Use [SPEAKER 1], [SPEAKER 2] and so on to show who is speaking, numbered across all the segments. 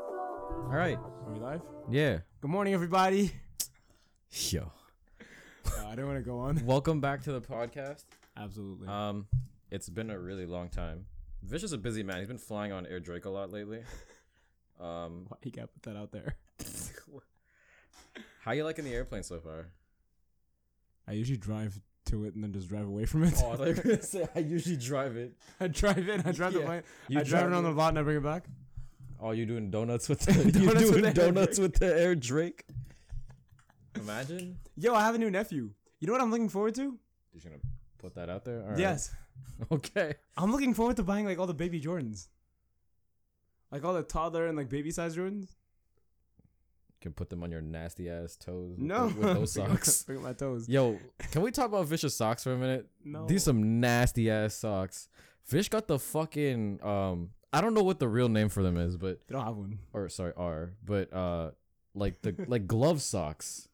[SPEAKER 1] All right.
[SPEAKER 2] Are we live?
[SPEAKER 1] Yeah.
[SPEAKER 2] Good morning, everybody.
[SPEAKER 1] Yo.
[SPEAKER 2] Uh, I don't want to go on. Uh,
[SPEAKER 1] Welcome back to the podcast.
[SPEAKER 2] Absolutely.
[SPEAKER 1] Um, it's been a really long time. Vish is a busy man. He's been flying on Air Drake a lot lately. Um,
[SPEAKER 2] Why you gotta put that out there?
[SPEAKER 1] how you liking the airplane so far?
[SPEAKER 2] I usually drive to it and then just drive away from it.
[SPEAKER 1] Oh, I thought you were gonna say I usually drive it.
[SPEAKER 2] I drive it. I drive
[SPEAKER 1] Yeah.
[SPEAKER 2] the plane.
[SPEAKER 1] You
[SPEAKER 2] I drive it on the lot and I bring it back.
[SPEAKER 1] Oh, you doing donuts with the you
[SPEAKER 2] Donuts with
[SPEAKER 1] doing
[SPEAKER 2] the Air
[SPEAKER 1] donuts with the Air Drake? Imagine.
[SPEAKER 2] Yo, I have a new nephew. You know what I'm looking forward to?
[SPEAKER 1] Just gonna put that out there. All right.
[SPEAKER 2] Yes,
[SPEAKER 1] Okay.
[SPEAKER 2] I'm looking forward to buying like all the baby Jordans, like all the toddler and like baby size Jordans.
[SPEAKER 1] Can put them on your nasty ass toes. with
[SPEAKER 2] No,
[SPEAKER 1] the- with those socks.
[SPEAKER 2] Look at my toes.
[SPEAKER 1] Yo, can we talk about Vish's socks for a minute?
[SPEAKER 2] No.
[SPEAKER 1] These some nasty ass socks. Vish got the fucking um I don't know what the real name for them is, but
[SPEAKER 2] They don't have one.
[SPEAKER 1] or sorry, R, but uh like the like glove socks.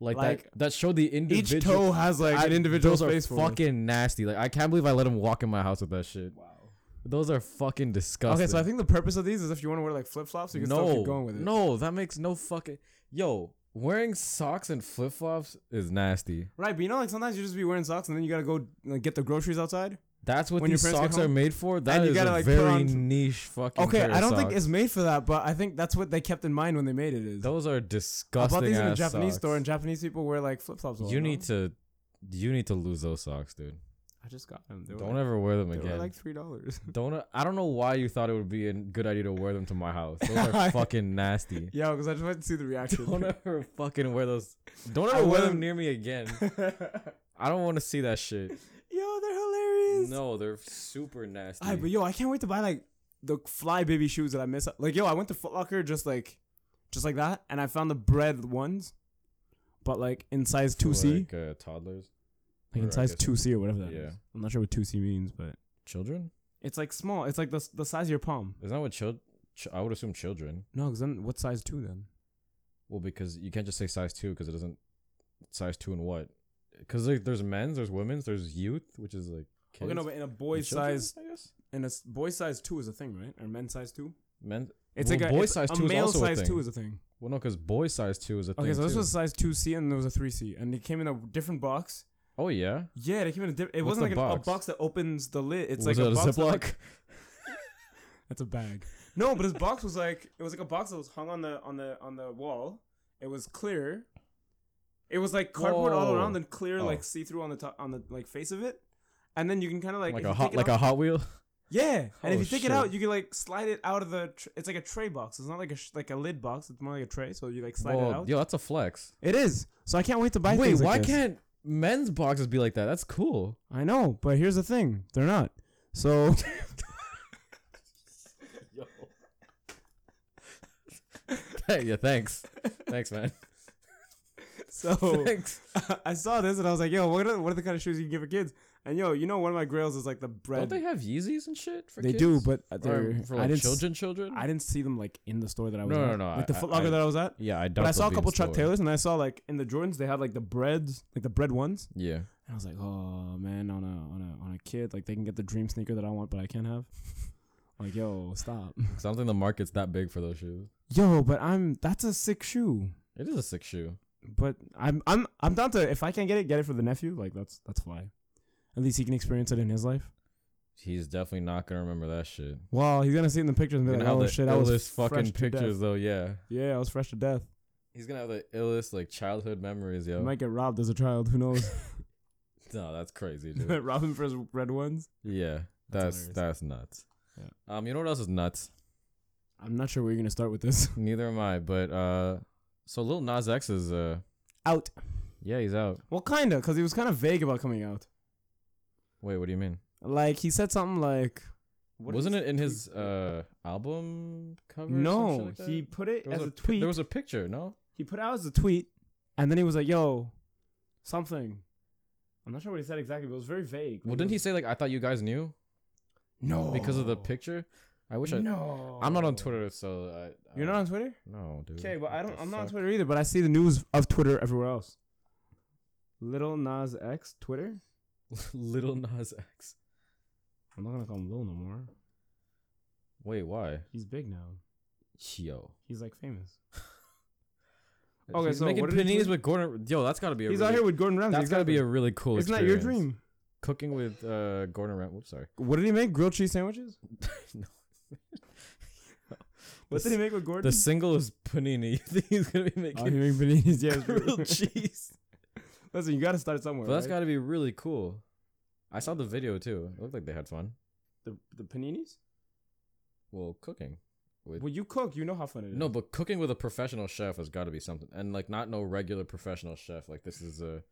[SPEAKER 1] Like,
[SPEAKER 2] Like,
[SPEAKER 1] that that show the
[SPEAKER 2] Each
[SPEAKER 1] individual
[SPEAKER 2] toe has like
[SPEAKER 1] I-
[SPEAKER 2] an individual
[SPEAKER 1] those are
[SPEAKER 2] space for it.
[SPEAKER 1] fucking nasty. Like I can't believe I let him walk in my house with that shit.
[SPEAKER 2] Wow.
[SPEAKER 1] Those are fucking disgusting.
[SPEAKER 2] Okay, so I think the purpose of these is if you want to wear like flip flops, you can
[SPEAKER 1] no,
[SPEAKER 2] still keep going with it.
[SPEAKER 1] No, that makes no fucking Yo, wearing socks and flip flops is nasty.
[SPEAKER 2] Right, but you know, like sometimes you just be wearing socks and then you gotta go like, get the groceries outside.
[SPEAKER 1] That's what
[SPEAKER 2] When your
[SPEAKER 1] these
[SPEAKER 2] parents get
[SPEAKER 1] socks are
[SPEAKER 2] home?
[SPEAKER 1] made for. That
[SPEAKER 2] you
[SPEAKER 1] is a
[SPEAKER 2] gotta, like, put
[SPEAKER 1] very
[SPEAKER 2] on-
[SPEAKER 1] niche fucking.
[SPEAKER 2] Okay,
[SPEAKER 1] pair of
[SPEAKER 2] I don't think
[SPEAKER 1] socks.
[SPEAKER 2] it's made for that, but I think that's what they kept in mind when they made it. Is
[SPEAKER 1] those are
[SPEAKER 2] I
[SPEAKER 1] disgusting.
[SPEAKER 2] bought these in a
[SPEAKER 1] ass
[SPEAKER 2] Japanese
[SPEAKER 1] socks.
[SPEAKER 2] store and Japanese people wear like flip flops.
[SPEAKER 1] you need to, you need to lose those socks, dude.
[SPEAKER 2] I just got them. They were
[SPEAKER 1] Don't
[SPEAKER 2] like,
[SPEAKER 1] ever wear them
[SPEAKER 2] they were,
[SPEAKER 1] again.
[SPEAKER 2] like three dollars.
[SPEAKER 1] don't. e, I don't know why you thought it would be a good idea to wear them to my house. Those are fucking nasty.
[SPEAKER 2] yeah, because I just wanted to see the reaction.
[SPEAKER 1] Don't ever fucking wear those. Don't
[SPEAKER 2] I
[SPEAKER 1] ever wear
[SPEAKER 2] wouldn't-
[SPEAKER 1] them near me again. I don't want to see that shit.
[SPEAKER 2] yo, they're hilarious.
[SPEAKER 1] No, they're super nasty.
[SPEAKER 2] Aight, but yo, I can't wait to buy like the fly baby shoes that I miss. Like yo, I went to Foot Locker just like, just like that, and I found the bread ones, but like in size
[SPEAKER 1] For,
[SPEAKER 2] two C.
[SPEAKER 1] like, uh, toddlers,
[SPEAKER 2] Like
[SPEAKER 1] Or I
[SPEAKER 2] in size
[SPEAKER 1] guess-
[SPEAKER 2] two C or whatever that is.
[SPEAKER 1] yeah.
[SPEAKER 2] I'm not sure what two C means, but
[SPEAKER 1] children.
[SPEAKER 2] it's like small. It's like the the size of your palm.
[SPEAKER 1] Isn't that what child? Ch- I would assume children.
[SPEAKER 2] No, because then what size two then?
[SPEAKER 1] Well, because you can't just say size two because it doesn't size two and what? Because like, there's men's, there's women's, there's youth, which is like kids.
[SPEAKER 2] Okay, no, but in a
[SPEAKER 1] and
[SPEAKER 2] boy's
[SPEAKER 1] children,
[SPEAKER 2] size,
[SPEAKER 1] I guess.
[SPEAKER 2] in a s- boy's size two is a thing, right? Or men's size two?
[SPEAKER 1] Men.
[SPEAKER 2] It's
[SPEAKER 1] Well,
[SPEAKER 2] like a
[SPEAKER 1] boy
[SPEAKER 2] it's-
[SPEAKER 1] size
[SPEAKER 2] a
[SPEAKER 1] two is
[SPEAKER 2] male
[SPEAKER 1] also a
[SPEAKER 2] size
[SPEAKER 1] thing.
[SPEAKER 2] two is a thing.
[SPEAKER 1] Well, no, because boy size two is a thing.
[SPEAKER 2] Okay, so this
[SPEAKER 1] too.
[SPEAKER 2] was size two C and there was a three C, and it came in a different box.
[SPEAKER 1] Oh yeah.
[SPEAKER 2] Yeah, it came in a different. It
[SPEAKER 1] What's
[SPEAKER 2] wasn't like
[SPEAKER 1] the
[SPEAKER 2] an-
[SPEAKER 1] box?
[SPEAKER 2] a box that opens the lid. It's
[SPEAKER 1] was
[SPEAKER 2] like
[SPEAKER 1] it
[SPEAKER 2] a, box that, like-
[SPEAKER 1] Ziploc?
[SPEAKER 2] That's a bag. No, but his box was like it was like a box that was hung on the on the on the wall. It was clear. It was like cardboard all
[SPEAKER 1] Whoa.
[SPEAKER 2] around, then clear
[SPEAKER 1] Oh.
[SPEAKER 2] like see through on the top on the like face of it, and then you can kind of like
[SPEAKER 1] Like a
[SPEAKER 2] if you
[SPEAKER 1] hot,
[SPEAKER 2] take it
[SPEAKER 1] like
[SPEAKER 2] out-
[SPEAKER 1] a Hot Wheel.
[SPEAKER 2] yeah. And
[SPEAKER 1] Oh,
[SPEAKER 2] if you take
[SPEAKER 1] shit.
[SPEAKER 2] it out, you can like slide it out of the. Tr- it's like a tray box. It's not like a sh- like a lid box. It's more like a tray. So you like slide it
[SPEAKER 1] Well,
[SPEAKER 2] out.
[SPEAKER 1] yo, that's a flex.
[SPEAKER 2] It is. So I can't wait to buy.
[SPEAKER 1] Wait,
[SPEAKER 2] things like
[SPEAKER 1] why
[SPEAKER 2] this.
[SPEAKER 1] can't men's boxes be like that? That's cool.
[SPEAKER 2] I know? But here's the thing: they're not. So
[SPEAKER 1] Yo. hey, yeah, thanks, thanks, man.
[SPEAKER 2] so.
[SPEAKER 1] Thanks.
[SPEAKER 2] I saw this and I was like, yo, what are, what are the kind of shoes you can give a kids? And yo, you know, one of my grails is like the
[SPEAKER 1] Don't
[SPEAKER 2] bread.
[SPEAKER 1] they have Yeezys and shit for
[SPEAKER 2] They
[SPEAKER 1] kids?
[SPEAKER 2] do, but
[SPEAKER 1] Or
[SPEAKER 2] they're,
[SPEAKER 1] for
[SPEAKER 2] I
[SPEAKER 1] like
[SPEAKER 2] didn't. s-
[SPEAKER 1] children, children.
[SPEAKER 2] I didn't see them like in the store that I was.
[SPEAKER 1] No,
[SPEAKER 2] at.
[SPEAKER 1] no, no,
[SPEAKER 2] Like the
[SPEAKER 1] I-
[SPEAKER 2] Foot Locker
[SPEAKER 1] I-
[SPEAKER 2] that I was at.
[SPEAKER 1] Yeah, I doubt.
[SPEAKER 2] But I saw
[SPEAKER 1] they'll
[SPEAKER 2] a
[SPEAKER 1] be in
[SPEAKER 2] couple Chuck
[SPEAKER 1] store.
[SPEAKER 2] Taylors, and I saw like in the Jordans they had like the breads, like the bread ones.
[SPEAKER 1] Yeah.
[SPEAKER 2] And I was like, oh man, on a on a on a kid, like they can get the dream sneaker that I want, but I can't have. like, yo, stop.
[SPEAKER 1] Cause I don't think the market's that big for those shoes.
[SPEAKER 2] yo, but I'm that's a sick shoe.
[SPEAKER 1] It is a sick shoe.
[SPEAKER 2] But I'm I'm I'm down to if I can't get it, get it for the nephew. Like that's that's fly. At least he can experience it in his life.
[SPEAKER 1] He's definitely not gonna remember that shit.
[SPEAKER 2] Well, he's gonna see it in the pictures and be
[SPEAKER 1] He's
[SPEAKER 2] like,
[SPEAKER 1] gonna
[SPEAKER 2] "Oh
[SPEAKER 1] have
[SPEAKER 2] shit, I
[SPEAKER 1] illest
[SPEAKER 2] was fresh
[SPEAKER 1] fucking
[SPEAKER 2] to death."
[SPEAKER 1] pictures though. Yeah,
[SPEAKER 2] Yeah, I was fresh to death.
[SPEAKER 1] he's gonna have the illest like childhood memories,
[SPEAKER 2] I
[SPEAKER 1] yo.
[SPEAKER 2] might get robbed as a child. Who knows?
[SPEAKER 1] no, that's crazy, dude.
[SPEAKER 2] Rob him for his red ones.
[SPEAKER 1] yeah, that's
[SPEAKER 2] That's
[SPEAKER 1] that's,
[SPEAKER 2] hilarious.
[SPEAKER 1] nuts.
[SPEAKER 2] Yeah.
[SPEAKER 1] Um, you know what else is nuts?
[SPEAKER 2] I'm not sure where you're gonna start with this.
[SPEAKER 1] Neither am I. But uh, so Lil Nas X is uh,
[SPEAKER 2] Out.
[SPEAKER 1] yeah, he's out.
[SPEAKER 2] Well, kinda, cause he was kind of vague about coming out.
[SPEAKER 1] Wait, what do you mean?
[SPEAKER 2] Like he said something like, what
[SPEAKER 1] Wasn't
[SPEAKER 2] is
[SPEAKER 1] it in his
[SPEAKER 2] tweet?
[SPEAKER 1] uh album cover? or some shit
[SPEAKER 2] No,
[SPEAKER 1] like that?
[SPEAKER 2] he put it
[SPEAKER 1] There was
[SPEAKER 2] as a,
[SPEAKER 1] pi-
[SPEAKER 2] tweet.
[SPEAKER 1] There was a picture. No.
[SPEAKER 2] he put it out as a tweet, and then he was like, "Yo, something." I'm not sure what he said exactly, but it was Oh. very vague.
[SPEAKER 1] Well, didn't he say like I thought you guys knew
[SPEAKER 2] No.
[SPEAKER 1] because of the picture? I wish I.
[SPEAKER 2] No.
[SPEAKER 1] I'm not on Twitter, so I, I
[SPEAKER 2] Oh. You're not on Twitter.
[SPEAKER 1] No, dude.
[SPEAKER 2] Okay, but
[SPEAKER 1] What
[SPEAKER 2] I don't.
[SPEAKER 1] the
[SPEAKER 2] I'm not on
[SPEAKER 1] fuck?
[SPEAKER 2] Twitter either. But I see the news of Twitter everywhere else. Little Nas X Twitter.
[SPEAKER 1] Little Nas X.
[SPEAKER 2] I'm not gonna call him Lil no more.
[SPEAKER 1] Wait, why?
[SPEAKER 2] He's big now.
[SPEAKER 1] Yo.
[SPEAKER 2] He's like famous.
[SPEAKER 1] Okay,
[SPEAKER 2] Okay,
[SPEAKER 1] he's
[SPEAKER 2] so
[SPEAKER 1] making
[SPEAKER 2] what did he
[SPEAKER 1] paninis
[SPEAKER 2] do?
[SPEAKER 1] with Gordon. Yo, that's gotta be a.
[SPEAKER 2] He's
[SPEAKER 1] really,
[SPEAKER 2] out here with Gordon Ramsay.
[SPEAKER 1] That's gotta be
[SPEAKER 2] exactly.
[SPEAKER 1] a really cool.
[SPEAKER 2] Isn't that your
[SPEAKER 1] experience.
[SPEAKER 2] dream?
[SPEAKER 1] Cooking with uh, Gordon Ramsay. Whoops, sorry.
[SPEAKER 2] What did he make? Grilled cheese sandwiches?
[SPEAKER 1] No.
[SPEAKER 2] What
[SPEAKER 1] The
[SPEAKER 2] did he make with Gordon?
[SPEAKER 1] The singlest panini. You think he's gonna be
[SPEAKER 2] Oh, he
[SPEAKER 1] making
[SPEAKER 2] made paninis. Yeah, it's
[SPEAKER 1] grilled
[SPEAKER 2] grilled
[SPEAKER 1] cheese?
[SPEAKER 2] Listen, you gotta start somewhere.
[SPEAKER 1] But that's
[SPEAKER 2] right?
[SPEAKER 1] gotta be really cool. I saw the video too. It looked like they had fun.
[SPEAKER 2] the the paninis.
[SPEAKER 1] Well, cooking. With,
[SPEAKER 2] Well, you cook. You know how fun it is.
[SPEAKER 1] no, but cooking with a professional chef has got to be something, and like not no regular professional chef. Like this is a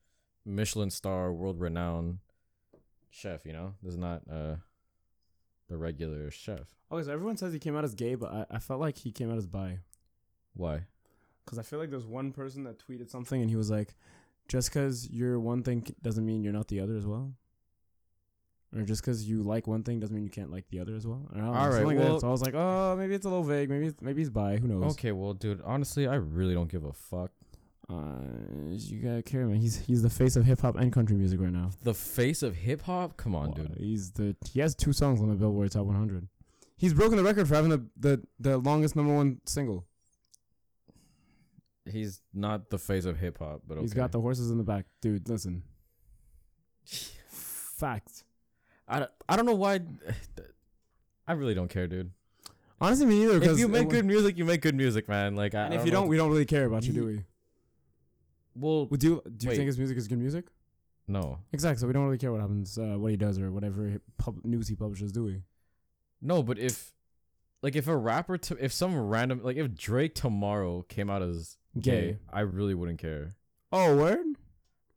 [SPEAKER 1] Michelin star, world renowned chef. You know, this is not uh the regular chef.
[SPEAKER 2] Okay, so everyone says he came out as gay, but I, I felt like he came out as bi.
[SPEAKER 1] Why?
[SPEAKER 2] Because I feel like there's one person that tweeted something and he was like, just because you're one thing c- doesn't mean you're not the other as well. Or just because you like one thing doesn't mean you can't like the other as well. Or I don't know,
[SPEAKER 1] All right,
[SPEAKER 2] something like that.
[SPEAKER 1] well-
[SPEAKER 2] so I was like, oh, maybe it's a little vague. Maybe it's, maybe he's bi. Who knows?
[SPEAKER 1] Okay, well, dude, honestly, I really don't give a fuck.
[SPEAKER 2] Uh, you gotta care, man. He's he's the face of hip hop and country music right now.
[SPEAKER 1] The face of hip hop? Come on,
[SPEAKER 2] Wow,
[SPEAKER 1] dude.
[SPEAKER 2] He's the he has two songs on the Billboard Top 100. He's broken the record for having the the, the longest number one single.
[SPEAKER 1] He's not the face of hip hop, but okay.
[SPEAKER 2] He's got the horses in the back, dude. Listen, fact.
[SPEAKER 1] I don't, I don't know why. I really don't care, dude.
[SPEAKER 2] Honestly, me neither.
[SPEAKER 1] If
[SPEAKER 2] 'cause
[SPEAKER 1] you
[SPEAKER 2] it
[SPEAKER 1] make
[SPEAKER 2] was-
[SPEAKER 1] good music, you make good music, man. Like, I,
[SPEAKER 2] and
[SPEAKER 1] I
[SPEAKER 2] if you don't,
[SPEAKER 1] know
[SPEAKER 2] we don't really care about you, do we?
[SPEAKER 1] well,
[SPEAKER 2] Well, do you, do you
[SPEAKER 1] Wait.
[SPEAKER 2] think his music is good music?
[SPEAKER 1] no,
[SPEAKER 2] Exactly. So we don't really care what happens, uh, what he does, or whatever he pub- news he publishes, do we?
[SPEAKER 1] no. But if, like, if a rapper, to, if some random, like, if Drake tomorrow came out as
[SPEAKER 2] Gay.
[SPEAKER 1] I really wouldn't care.
[SPEAKER 2] Oh, word.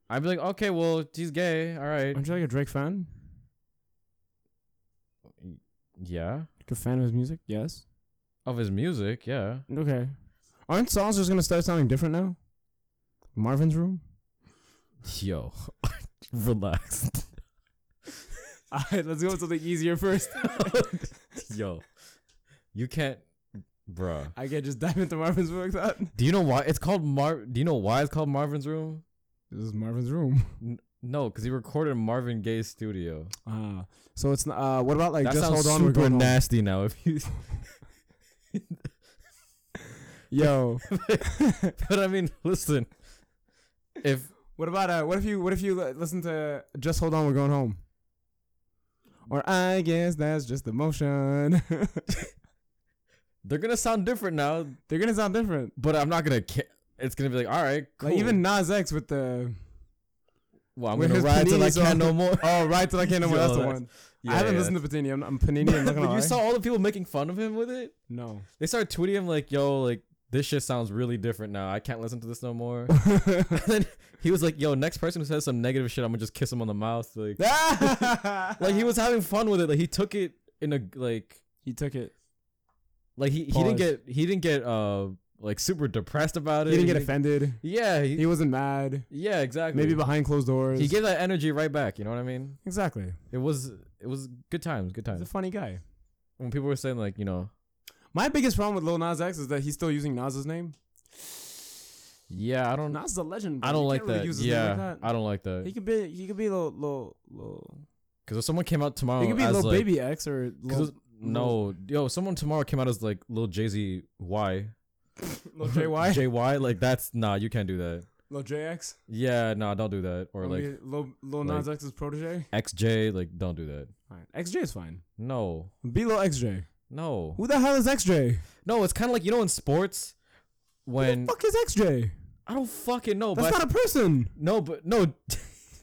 [SPEAKER 1] I'd be like, okay, well, he's gay. All right.
[SPEAKER 2] Aren't you like a Drake fan?
[SPEAKER 1] Yeah.
[SPEAKER 2] Like a fan of his music? Yes.
[SPEAKER 1] Of his music, yeah.
[SPEAKER 2] Okay. Aren't songs just gonna start sounding different now? Marvin's Room.
[SPEAKER 1] Yo, relax.
[SPEAKER 2] All right, let's go with something easier first.
[SPEAKER 1] Yo, you can't, bruh.
[SPEAKER 2] I can't just dive into Marvin's room like that.
[SPEAKER 1] Do you know why it's called Mar? Do you know why it's called Marvin's Room?
[SPEAKER 2] This is Marvin's room.
[SPEAKER 1] No, because he recorded in Marvin Gaye's studio.
[SPEAKER 2] Ah, so it's n- uh, what about like
[SPEAKER 1] that
[SPEAKER 2] just
[SPEAKER 1] sounds
[SPEAKER 2] hold on, we're
[SPEAKER 1] super
[SPEAKER 2] going home.
[SPEAKER 1] nasty now. If you,
[SPEAKER 2] Yo,
[SPEAKER 1] but I mean, listen, if
[SPEAKER 2] what about uh, what if you what if you li- listen to just hold on, we're going home, or I guess that's just emotion.
[SPEAKER 1] they're gonna sound different now,
[SPEAKER 2] They're gonna sound different.
[SPEAKER 1] but I'm not gonna. Ca- it's gonna be like, all right, cool.
[SPEAKER 2] Like even Nas X with the
[SPEAKER 1] well, I'm
[SPEAKER 2] with
[SPEAKER 1] gonna
[SPEAKER 2] his
[SPEAKER 1] ride till I
[SPEAKER 2] panini
[SPEAKER 1] can't
[SPEAKER 2] song.
[SPEAKER 1] no more.
[SPEAKER 2] oh right till I can't no more.
[SPEAKER 1] Yo,
[SPEAKER 2] That's the
[SPEAKER 1] that's-
[SPEAKER 2] one.
[SPEAKER 1] Yeah,
[SPEAKER 2] I haven't
[SPEAKER 1] yeah.
[SPEAKER 2] listened to Patini. I'm, I'm Panini. I'm not gonna
[SPEAKER 1] but
[SPEAKER 2] lie.
[SPEAKER 1] you saw all the people making fun of him with it.
[SPEAKER 2] no.
[SPEAKER 1] They started tweeting him like, "Yo, like this shit sounds really different now. I can't listen to this no more." and then he was like, "Yo, next person who says some negative shit, I'm gonna just kiss him on the mouth." Like, like he was having fun with it. Like he took it in a like
[SPEAKER 2] he took it.
[SPEAKER 1] like he, he didn't
[SPEAKER 2] Pause.
[SPEAKER 1] get he didn't get uh like super depressed about it.
[SPEAKER 2] He didn't get offended.
[SPEAKER 1] Yeah, he,
[SPEAKER 2] He wasn't mad.
[SPEAKER 1] yeah, exactly.
[SPEAKER 2] Maybe behind closed doors.
[SPEAKER 1] he gave that energy right back. You know what I mean?
[SPEAKER 2] exactly.
[SPEAKER 1] It was it was good times, good
[SPEAKER 2] He's a
[SPEAKER 1] times.
[SPEAKER 2] funny guy.
[SPEAKER 1] When people were saying like, you know,
[SPEAKER 2] My biggest problem with Lil Nas X is that he's still using Nas's name.
[SPEAKER 1] yeah, I don't,
[SPEAKER 2] Nas is a legend. bro.
[SPEAKER 1] I don't
[SPEAKER 2] You
[SPEAKER 1] like
[SPEAKER 2] can't really
[SPEAKER 1] that.
[SPEAKER 2] use his name
[SPEAKER 1] Yeah,
[SPEAKER 2] like that.
[SPEAKER 1] I don't like
[SPEAKER 2] He
[SPEAKER 1] that.
[SPEAKER 2] could be. He could be little, little, little.
[SPEAKER 1] Because if someone came out tomorrow,
[SPEAKER 2] he could be
[SPEAKER 1] Oh, as,
[SPEAKER 2] little
[SPEAKER 1] like,
[SPEAKER 2] baby X or
[SPEAKER 1] Cause
[SPEAKER 2] little,
[SPEAKER 1] it was- no, yo, someone tomorrow came out as like little Jay Z Y,
[SPEAKER 2] little JY,
[SPEAKER 1] JY, like that's nah, you can't do that.
[SPEAKER 2] little JX,
[SPEAKER 1] Yeah, nah, don't do that. Or like
[SPEAKER 2] Maybe little, little Nas X's protege.
[SPEAKER 1] XJ, like don't do that.
[SPEAKER 2] Alright, XJ is fine.
[SPEAKER 1] No,
[SPEAKER 2] Be little XJ.
[SPEAKER 1] no,
[SPEAKER 2] Who the hell is XJ?
[SPEAKER 1] no. It's kind of like you know in sports
[SPEAKER 2] Who
[SPEAKER 1] when
[SPEAKER 2] the fuck is XJ?
[SPEAKER 1] I don't fucking know,
[SPEAKER 2] That's
[SPEAKER 1] but I-
[SPEAKER 2] not a person.
[SPEAKER 1] no, but no,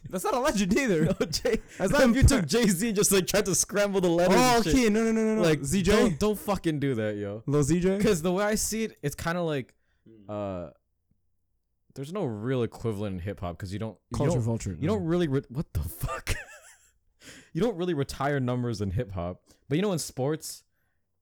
[SPEAKER 2] That's not a legend either.
[SPEAKER 1] no, Jay.
[SPEAKER 2] That's
[SPEAKER 1] What
[SPEAKER 2] not
[SPEAKER 1] if you took Jay Z and just like tried to scramble the letters?
[SPEAKER 2] Oh,
[SPEAKER 1] and shit?
[SPEAKER 2] okay. No, no, no, no, no.
[SPEAKER 1] Like
[SPEAKER 2] ZJ,
[SPEAKER 1] don't don't fucking do that, yo.
[SPEAKER 2] little ZJ.
[SPEAKER 1] Because the way I see it, it's kind of like uh, there's no real equivalent in hip hop because you don't you
[SPEAKER 2] Culture
[SPEAKER 1] don't
[SPEAKER 2] vulture.
[SPEAKER 1] You
[SPEAKER 2] no.
[SPEAKER 1] don't really re- what the fuck. you don't really retire numbers in hip hop, but you know in sports,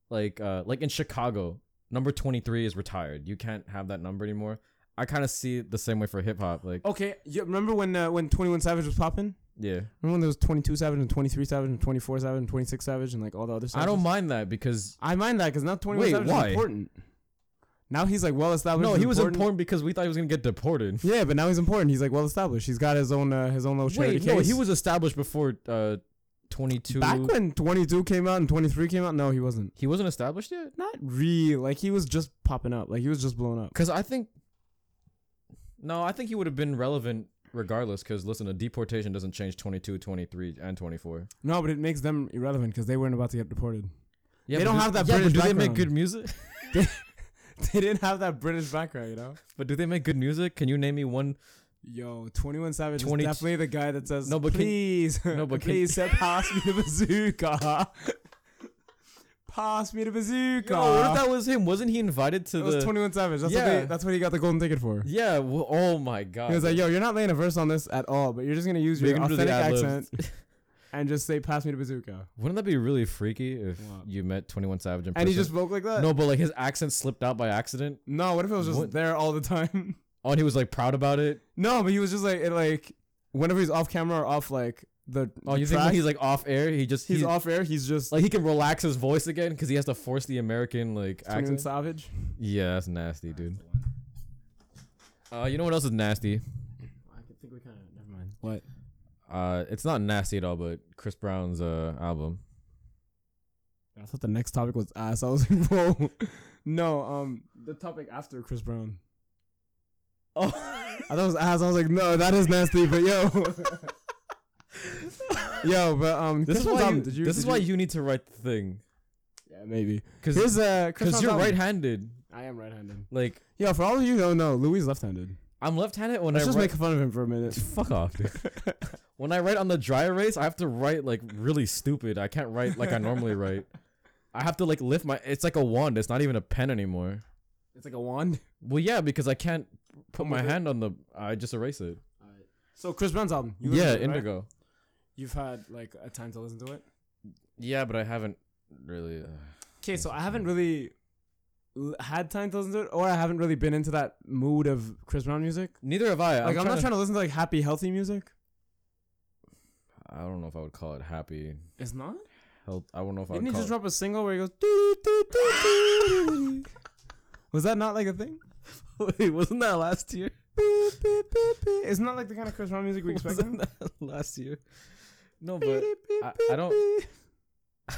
[SPEAKER 1] like uh, like in Chicago, number twenty three is retired. You can't have that number anymore. I kind of see it the same way for hip hop. Like
[SPEAKER 2] Okay, you remember when uh, when Twenty One Savage was popping?
[SPEAKER 1] yeah,
[SPEAKER 2] Remember when there was Twenty Two Savage and Twenty Three Savage and Twenty Four Savage and Twenty Six Savage and like all the other. Savages?
[SPEAKER 1] I don't mind that because
[SPEAKER 2] I mind that because now Twenty One
[SPEAKER 1] Wait,
[SPEAKER 2] Savage
[SPEAKER 1] why?
[SPEAKER 2] is important. Now he's like well established.
[SPEAKER 1] no,
[SPEAKER 2] he's
[SPEAKER 1] he was important because we thought he was gonna get deported.
[SPEAKER 2] Yeah, but now he's important. He's like well established. He's got his own uh, his own little charity
[SPEAKER 1] Wait, no,
[SPEAKER 2] case.
[SPEAKER 1] he was established before uh, 22.
[SPEAKER 2] Back when 22 came out and 23 came out, no, he wasn't.
[SPEAKER 1] he wasn't established yet?
[SPEAKER 2] Not really. Like he was just popping up. Like he was just blowing up.
[SPEAKER 1] Because I think. No, I think he would have been relevant regardless. Because listen, a deportation doesn't change 22, 23, and 24.
[SPEAKER 2] No, but it makes them irrelevant because they weren't about to get deported.
[SPEAKER 1] Yeah,
[SPEAKER 2] They
[SPEAKER 1] but
[SPEAKER 2] don't
[SPEAKER 1] do-
[SPEAKER 2] have that
[SPEAKER 1] yeah,
[SPEAKER 2] British
[SPEAKER 1] but do they make
[SPEAKER 2] background.
[SPEAKER 1] good music?
[SPEAKER 2] they didn't have that British background, you know.
[SPEAKER 1] but do they make good music? Can you name me one?
[SPEAKER 2] Yo, 21 Savage
[SPEAKER 1] 20
[SPEAKER 2] is definitely the guy that says,
[SPEAKER 1] No,
[SPEAKER 2] no,
[SPEAKER 1] but
[SPEAKER 2] but
[SPEAKER 1] can-
[SPEAKER 2] please,
[SPEAKER 1] No, but can-
[SPEAKER 2] please sir, pass me the bazooka. pass me the bazooka.
[SPEAKER 1] Yo, what if that was him? Wasn't he invited to
[SPEAKER 2] That
[SPEAKER 1] the?
[SPEAKER 2] was 21 Savage. That's,
[SPEAKER 1] Yeah.
[SPEAKER 2] what they, that's what he got the golden ticket for.
[SPEAKER 1] yeah. Well, oh my god.
[SPEAKER 2] He was like, yo, you're not laying a verse on this at all, but you're just going to use
[SPEAKER 1] Make
[SPEAKER 2] your
[SPEAKER 1] him do the
[SPEAKER 2] authentic
[SPEAKER 1] ad-libs.
[SPEAKER 2] accent and just say, pass me the bazooka.
[SPEAKER 1] Wouldn't that be really freaky if
[SPEAKER 2] Wow.
[SPEAKER 1] you met 21 Savage in person?
[SPEAKER 2] And he just spoke like that?
[SPEAKER 1] no, but like his accent slipped out by accident.
[SPEAKER 2] No, what if it was just
[SPEAKER 1] What?
[SPEAKER 2] there all the time?
[SPEAKER 1] Oh, and he was like proud about it.
[SPEAKER 2] no, but he was just like, it, like, whenever he's off camera or off, like, the.
[SPEAKER 1] Oh, you think
[SPEAKER 2] track,
[SPEAKER 1] when he's like off air, he just
[SPEAKER 2] he's
[SPEAKER 1] he's
[SPEAKER 2] off air, he's just
[SPEAKER 1] like he can relax his voice again because he has to force the American like
[SPEAKER 2] 21
[SPEAKER 1] accent.
[SPEAKER 2] Savage?
[SPEAKER 1] Yeah, that's nasty, dude. Uh, you know what else is nasty?
[SPEAKER 2] I think we kind of never mind. What?
[SPEAKER 1] Uh, it's not nasty at all, but Chris Brown's uh album.
[SPEAKER 2] I thought the next topic was ass. I was like, whoa. No, um, the topic after Chris Brown.
[SPEAKER 1] Oh,
[SPEAKER 2] I thought it was ass. I was like, no, that is nasty. But yo, yo, but um,
[SPEAKER 1] this
[SPEAKER 2] Chris
[SPEAKER 1] is
[SPEAKER 2] Brown's
[SPEAKER 1] why
[SPEAKER 2] album,
[SPEAKER 1] you,
[SPEAKER 2] did you,
[SPEAKER 1] this is
[SPEAKER 2] did
[SPEAKER 1] why
[SPEAKER 2] you-
[SPEAKER 1] you need to write the thing
[SPEAKER 2] yeah, maybe
[SPEAKER 1] because
[SPEAKER 2] here's uh, Chris
[SPEAKER 1] because
[SPEAKER 2] Brown's
[SPEAKER 1] you're
[SPEAKER 2] album.
[SPEAKER 1] right-handed.
[SPEAKER 2] I am right-handed.
[SPEAKER 1] Like
[SPEAKER 2] Yo, for all of you who don't know, Louis is left-handed.
[SPEAKER 1] I'm left-handed when
[SPEAKER 2] Let's
[SPEAKER 1] I
[SPEAKER 2] just
[SPEAKER 1] write-
[SPEAKER 2] make fun of him for a minute.
[SPEAKER 1] Fuck off, dude. when I write on the dry erase, I have to write like really stupid. I can't write like I normally write. I have to like lift my. It's like a wand. It's not even a pen anymore.
[SPEAKER 2] It's like a wand.
[SPEAKER 1] Well, yeah, because I can't put
[SPEAKER 2] Oh,
[SPEAKER 1] my
[SPEAKER 2] was it-
[SPEAKER 1] hand on the. I just erase it.
[SPEAKER 2] So Chris Brown's album. you listened
[SPEAKER 1] yeah,
[SPEAKER 2] to it, right?
[SPEAKER 1] Indigo.
[SPEAKER 2] You've had like a time to listen to it.
[SPEAKER 1] Yeah, but I haven't really. Uh,
[SPEAKER 2] Okay, so I haven't really l- had time to listen to it, or I haven't really been into that mood of Chris Brown music.
[SPEAKER 1] neither have I.
[SPEAKER 2] Like I'm,
[SPEAKER 1] trying
[SPEAKER 2] not trying to listen to like happy, healthy music.
[SPEAKER 1] I don't know if I would call it happy.
[SPEAKER 2] It's not.
[SPEAKER 1] Health. I don't know if I
[SPEAKER 2] Didn't
[SPEAKER 1] would
[SPEAKER 2] he
[SPEAKER 1] call.
[SPEAKER 2] just
[SPEAKER 1] it-
[SPEAKER 2] drop a single where he goes? "Doo, doo, doo, doo, doo, doo." Was that not like a thing?
[SPEAKER 1] Wait, wasn't that last year?
[SPEAKER 2] Beep, beep, beep, beep. It's not like the kind of Chris Brown music we expect.
[SPEAKER 1] Wasn't
[SPEAKER 2] now?
[SPEAKER 1] that last year? No, but
[SPEAKER 2] Beep, beep,
[SPEAKER 1] I-
[SPEAKER 2] beep,
[SPEAKER 1] I don't-
[SPEAKER 2] beep.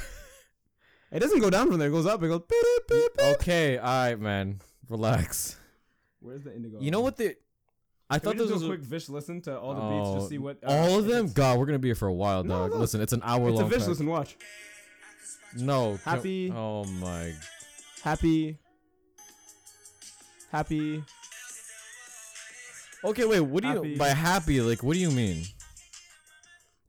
[SPEAKER 2] it doesn't go down from there. It goes up. It goes. beep, beep, beep, beep.
[SPEAKER 1] okay. All right, man. Relax.
[SPEAKER 2] Where's the indigo?
[SPEAKER 1] You know what the? I thought this was
[SPEAKER 2] Vish listen to all
[SPEAKER 1] Oh,
[SPEAKER 2] uh,
[SPEAKER 1] all of them. God, we're gonna be here for a while,
[SPEAKER 2] No,
[SPEAKER 1] dog.
[SPEAKER 2] look.
[SPEAKER 1] Listen, it's an hour
[SPEAKER 2] It's a
[SPEAKER 1] long.
[SPEAKER 2] Vish
[SPEAKER 1] pack.
[SPEAKER 2] listen. Watch.
[SPEAKER 1] No. can-
[SPEAKER 2] Happy-
[SPEAKER 1] Oh my.
[SPEAKER 2] Happy. Happy.
[SPEAKER 1] Okay, wait. What do you
[SPEAKER 2] Happy.
[SPEAKER 1] by happy? Like, what do you mean?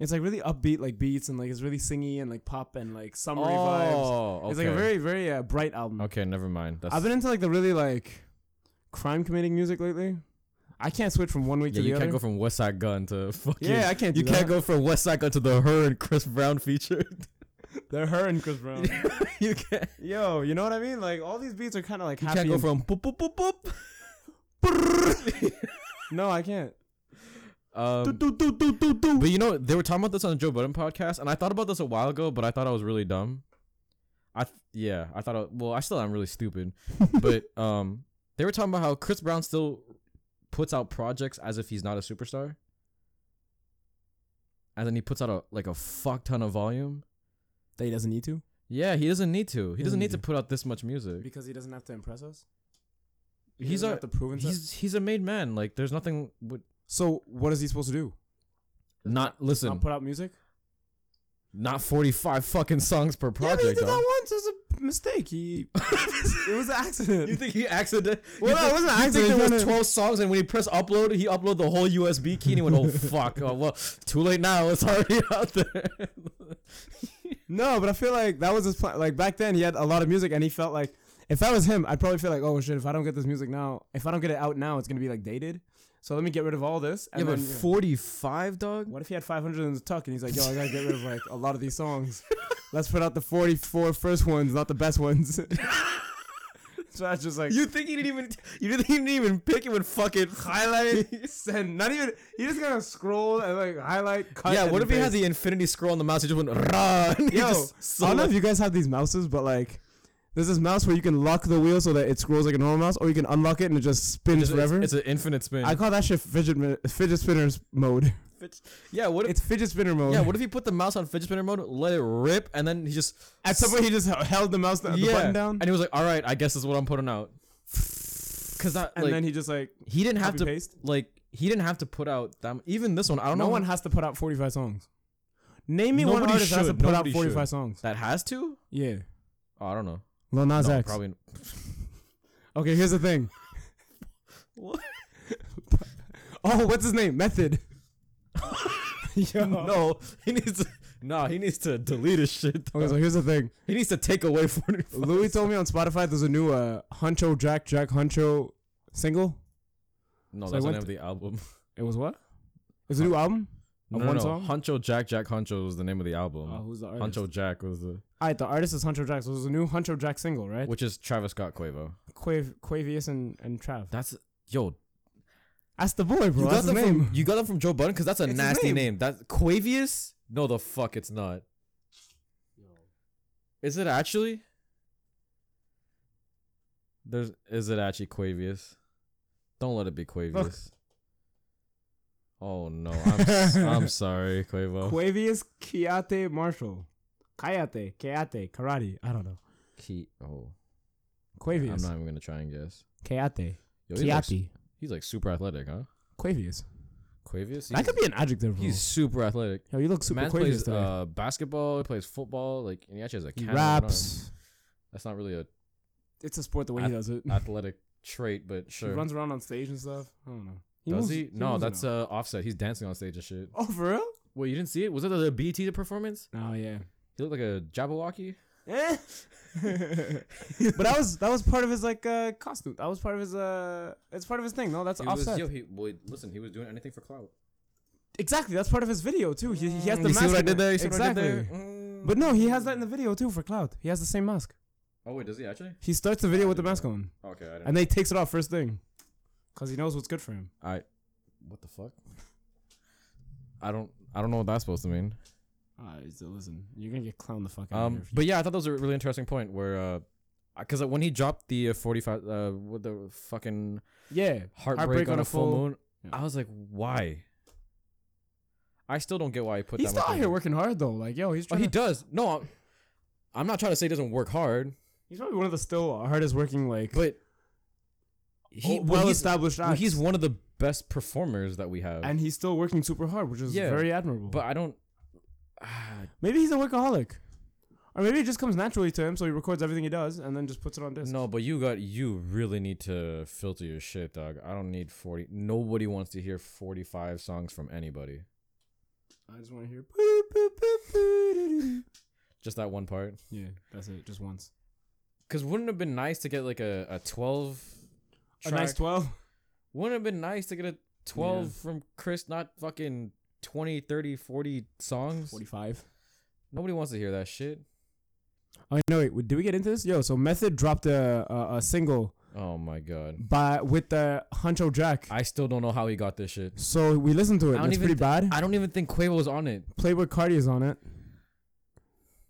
[SPEAKER 2] It's like really upbeat, like beats, and like it's really singy and like pop and like summery vibes.
[SPEAKER 1] Oh, okay.
[SPEAKER 2] It's like a very, very uh, bright album.
[SPEAKER 1] Okay, never mind. That's,
[SPEAKER 2] I've been into like the really like crime committing music lately. I can't switch from one week
[SPEAKER 1] yeah,
[SPEAKER 2] to the
[SPEAKER 1] you
[SPEAKER 2] other.
[SPEAKER 1] can't go from West Side Gun to fucking.
[SPEAKER 2] yeah, I can't. Do
[SPEAKER 1] you can't go from West Side Gun to the Her and Chris Brown feature.
[SPEAKER 2] They're her and Chris Brown.
[SPEAKER 1] you can't.
[SPEAKER 2] Yo, you know what I mean? Like all these beats are kind of like
[SPEAKER 1] You
[SPEAKER 2] happy.
[SPEAKER 1] can't go
[SPEAKER 2] and-
[SPEAKER 1] from boop boop boop boop.
[SPEAKER 2] no, I can't.
[SPEAKER 1] Um,
[SPEAKER 2] do, do, do, do, do.
[SPEAKER 1] But you know, they were talking about this on the Joe Budden podcast, and I thought about this a while ago, but I thought I was really dumb. I th- yeah, I thought I, well, I still am really stupid, but um, they were talking about how Chris Brown still puts out projects as if he's not a superstar, and then he puts out a like a fuck ton of volume.
[SPEAKER 2] That he doesn't need to
[SPEAKER 1] Yeah, he doesn't need to. He doesn't need to
[SPEAKER 2] Mm.
[SPEAKER 1] put out this much music.
[SPEAKER 2] because he doesn't have to impress us. He
[SPEAKER 1] He's
[SPEAKER 2] doesn't
[SPEAKER 1] a
[SPEAKER 2] have to prove himself.
[SPEAKER 1] he's he's a made man. Like there's nothing would
[SPEAKER 2] So what is he supposed to do?
[SPEAKER 1] not
[SPEAKER 2] Not
[SPEAKER 1] listen
[SPEAKER 2] put out music?
[SPEAKER 1] not 45 fucking songs per project.
[SPEAKER 2] yeah, but he did
[SPEAKER 1] dog.
[SPEAKER 2] that once. It was a mistake. He it was an accident.
[SPEAKER 1] You think he accident?
[SPEAKER 2] Well,
[SPEAKER 1] you
[SPEAKER 2] no,
[SPEAKER 1] think,
[SPEAKER 2] it wasn't an
[SPEAKER 1] you think
[SPEAKER 2] accident,
[SPEAKER 1] there was
[SPEAKER 2] kinda-
[SPEAKER 1] twelve songs, and when he pressed upload, he uploaded the whole USB key, and he went, "Oh fuck! Oh, well, too late now. It's already out there."
[SPEAKER 2] no, but I feel like that was his plan. Like back then, he had a lot of music, and he felt like if that was him, I'd probably feel like, oh shit, if I don't get this music now, if I don't get it out now, it's gonna be like dated. So let me get rid of all this. And then, you know,
[SPEAKER 1] forty-five, dog.
[SPEAKER 2] what if he had 500 in the tuck, and he's like, yo, I gotta get rid of like a lot of these songs. Let's put out the 44 first ones, not the best ones. so that's just like
[SPEAKER 1] You think he didn't even? You didn't even even pick it with fucking highlight?
[SPEAKER 2] highlight, send, not even. He just gonna scroll and like highlight, cut.
[SPEAKER 1] Yeah.
[SPEAKER 2] and
[SPEAKER 1] What if he had
[SPEAKER 2] paste.
[SPEAKER 1] the infinity scroll on the mouse? He just went, "Rah!" and he
[SPEAKER 2] Yo,
[SPEAKER 1] just
[SPEAKER 2] I don't know
[SPEAKER 1] select-
[SPEAKER 2] if you guys have these mouses, but like, there's this mouse where you can lock the wheel so that it scrolls like a normal mouse, or you can unlock it and it just spins
[SPEAKER 1] It's-
[SPEAKER 2] forever.
[SPEAKER 1] It's, it's an infinite spin.
[SPEAKER 2] I call that shit fidget mi- fidget spinners mode.
[SPEAKER 1] fidget. Yeah, what if
[SPEAKER 2] It's fidget spinner mode.
[SPEAKER 1] yeah, what if you put the mouse on fidget spinner mode, let it rip, and then he just
[SPEAKER 2] At some point, he just h- held the mouse Uh, the, the
[SPEAKER 1] yeah,
[SPEAKER 2] button down,
[SPEAKER 1] and he was like, "All right, I guess this is what I'm putting out." Because that
[SPEAKER 2] and
[SPEAKER 1] like,
[SPEAKER 2] then
[SPEAKER 1] he,
[SPEAKER 2] he just like
[SPEAKER 1] didn't have
[SPEAKER 2] copy
[SPEAKER 1] to
[SPEAKER 2] paste.
[SPEAKER 1] like he didn't have to put out that m- even this one. I don't
[SPEAKER 2] No
[SPEAKER 1] know
[SPEAKER 2] one has to put out 45 songs. Name me one
[SPEAKER 1] Nobody
[SPEAKER 2] artist that has to
[SPEAKER 1] should.
[SPEAKER 2] put
[SPEAKER 1] Nobody
[SPEAKER 2] out 45
[SPEAKER 1] should.
[SPEAKER 2] songs.
[SPEAKER 1] that has to.
[SPEAKER 2] Yeah.
[SPEAKER 1] Oh, I don't know.
[SPEAKER 2] Lil Nas
[SPEAKER 1] No,
[SPEAKER 2] X.
[SPEAKER 1] probably
[SPEAKER 2] Okay, here's the thing.
[SPEAKER 1] What?
[SPEAKER 2] Oh, what's his name? Method. Yo.
[SPEAKER 1] no. He needs to. Nah, he needs to delete his shit.
[SPEAKER 2] Okay, so
[SPEAKER 1] though.
[SPEAKER 2] here's the thing.
[SPEAKER 1] He needs to take away forty.
[SPEAKER 2] Louis told me on Spotify there's a new uh, Huncho Jack Jack Huncho single.
[SPEAKER 1] No,
[SPEAKER 2] So I
[SPEAKER 1] that's the
[SPEAKER 2] went
[SPEAKER 1] name of the album.
[SPEAKER 2] It was what? It's a new album?
[SPEAKER 1] No,
[SPEAKER 2] Of
[SPEAKER 1] no,
[SPEAKER 2] one
[SPEAKER 1] no.
[SPEAKER 2] song? Oh,
[SPEAKER 1] Huncho Jack Jack Huncho was the name of the album.
[SPEAKER 2] who's the
[SPEAKER 1] Huncho Jack was the,
[SPEAKER 2] Alright, the artist is Huncho Jack. So there's a new Huncho Jack single, right?
[SPEAKER 1] which is Travis Scott Quavo.
[SPEAKER 2] Quav- Quavius and, and Trav.
[SPEAKER 1] That's yo.
[SPEAKER 2] That's the boy,
[SPEAKER 1] you
[SPEAKER 2] bro.
[SPEAKER 1] got
[SPEAKER 2] That's his
[SPEAKER 1] them
[SPEAKER 2] name.
[SPEAKER 1] from you got them from Joe Budden because that's a
[SPEAKER 2] It's his
[SPEAKER 1] nasty
[SPEAKER 2] name.
[SPEAKER 1] name. That's Quavius. No, the fuck, it's not. Is it actually? There's is it actually Quavius? Don't let it be Quavius. Oh no, I'm s- I'm sorry, Quavo.
[SPEAKER 2] Quavius Kiate Marshall. Kayate, Kayate, karate. I don't know.
[SPEAKER 1] Ki- oh,
[SPEAKER 2] Quavius.
[SPEAKER 1] I'm not even gonna try and guess.
[SPEAKER 2] Kayate.
[SPEAKER 1] Yo, he's, like,
[SPEAKER 2] Kiati.
[SPEAKER 1] he's like super athletic, huh?
[SPEAKER 2] Quavius.
[SPEAKER 1] Quavius.
[SPEAKER 2] That could be an adjective, bro.
[SPEAKER 1] He's super athletic.
[SPEAKER 2] Yo, you look super
[SPEAKER 1] Man
[SPEAKER 2] Quavius
[SPEAKER 1] plays
[SPEAKER 2] today.
[SPEAKER 1] uh, basketball. He plays football. Like and he actually has a
[SPEAKER 2] he
[SPEAKER 1] cannon arm.
[SPEAKER 2] raps.
[SPEAKER 1] That's not really a
[SPEAKER 2] It's a sport the way
[SPEAKER 1] Ath-
[SPEAKER 2] he does it.
[SPEAKER 1] athletic trait, but sure.
[SPEAKER 2] He runs around on stage and stuff. I don't know.
[SPEAKER 1] Does
[SPEAKER 2] moves-
[SPEAKER 1] he? No,
[SPEAKER 2] moves
[SPEAKER 1] that's
[SPEAKER 2] around.
[SPEAKER 1] uh offset. He's dancing on stage and shit.
[SPEAKER 2] Oh, for real?
[SPEAKER 1] Wait, you didn't see it? Was it the BT performance?
[SPEAKER 2] Oh yeah.
[SPEAKER 1] He looked like a Jabberwocky.
[SPEAKER 2] Eh? but that was that was part of his like uh costume. That was part of his uh. It's part of his thing. No, that's
[SPEAKER 1] He was,
[SPEAKER 2] offset.
[SPEAKER 1] yo, he, wait, listen, he was doing anything for clout.
[SPEAKER 2] exactly. That's part of his video too. He, he has
[SPEAKER 1] Mm. you
[SPEAKER 2] the mask.
[SPEAKER 1] see what I
[SPEAKER 2] in
[SPEAKER 1] did there? You see
[SPEAKER 2] Exactly.
[SPEAKER 1] What I did there? Mm.
[SPEAKER 2] But no, he has that in the video too for Cloud. He has the same mask.
[SPEAKER 1] Oh wait, does he actually?
[SPEAKER 2] He starts the video with the mask on,
[SPEAKER 1] Okay, I didn't.
[SPEAKER 2] and then he takes it off first thing, cause he knows what's good for him.
[SPEAKER 1] I. What the fuck? I don't. I don't know what that's supposed to mean.
[SPEAKER 2] Ah, so listen, you're gonna get clowned the fuck out.
[SPEAKER 1] Um, but yeah, I thought that was a really interesting point where, uh, because when he dropped the uh, forty-five, uh, with the fucking
[SPEAKER 2] yeah,
[SPEAKER 1] heartbreak, on, a full, moon,
[SPEAKER 2] Yeah.
[SPEAKER 1] I was like, why? I still don't get why he put
[SPEAKER 2] He's
[SPEAKER 1] that. much
[SPEAKER 2] still out here
[SPEAKER 1] effort.
[SPEAKER 2] working hard though. Like, yo, he's
[SPEAKER 1] Oh,
[SPEAKER 2] trying.
[SPEAKER 1] he does. No, I'm, I'm not trying to say he doesn't work hard,
[SPEAKER 2] he's probably one of the still hardest working, like,
[SPEAKER 1] but he well,
[SPEAKER 2] Oh, well
[SPEAKER 1] he's,
[SPEAKER 2] established
[SPEAKER 1] well,
[SPEAKER 2] acts,
[SPEAKER 1] he's one of the best performers that we have.
[SPEAKER 2] and he's still working super hard, which is
[SPEAKER 1] Yeah,
[SPEAKER 2] very admirable.
[SPEAKER 1] but I don't.
[SPEAKER 2] maybe he's a workaholic, or maybe it just comes naturally to him, so he records everything he does and then just puts it on disc.
[SPEAKER 1] No, but you got you really need to filter your shit, dog. I don't need forty. Nobody wants to hear forty-five songs from anybody.
[SPEAKER 2] I just want to hear.
[SPEAKER 1] Just that one part.
[SPEAKER 2] Yeah, that's it. Just once.
[SPEAKER 1] Because wouldn't it have been nice to get like a a twelve.
[SPEAKER 2] A nice
[SPEAKER 1] track?
[SPEAKER 2] twelve.
[SPEAKER 1] Wouldn't it have been nice to get a 12 from Chris, not fucking 20, 30, 40 songs?
[SPEAKER 2] Forty-five.
[SPEAKER 1] Nobody wants to hear that shit.
[SPEAKER 2] Oh no! Wait, w- did we get into this? Yo, so Method dropped a a, a single
[SPEAKER 1] Oh my god.
[SPEAKER 2] by with the Huncho Jack.
[SPEAKER 1] I still don't know how he got this shit.
[SPEAKER 2] so we listened to it.
[SPEAKER 1] I don't
[SPEAKER 2] and It's
[SPEAKER 1] even
[SPEAKER 2] pretty bad.
[SPEAKER 1] I don't even think Quavo was on it.
[SPEAKER 2] Playboy Cardi is on it.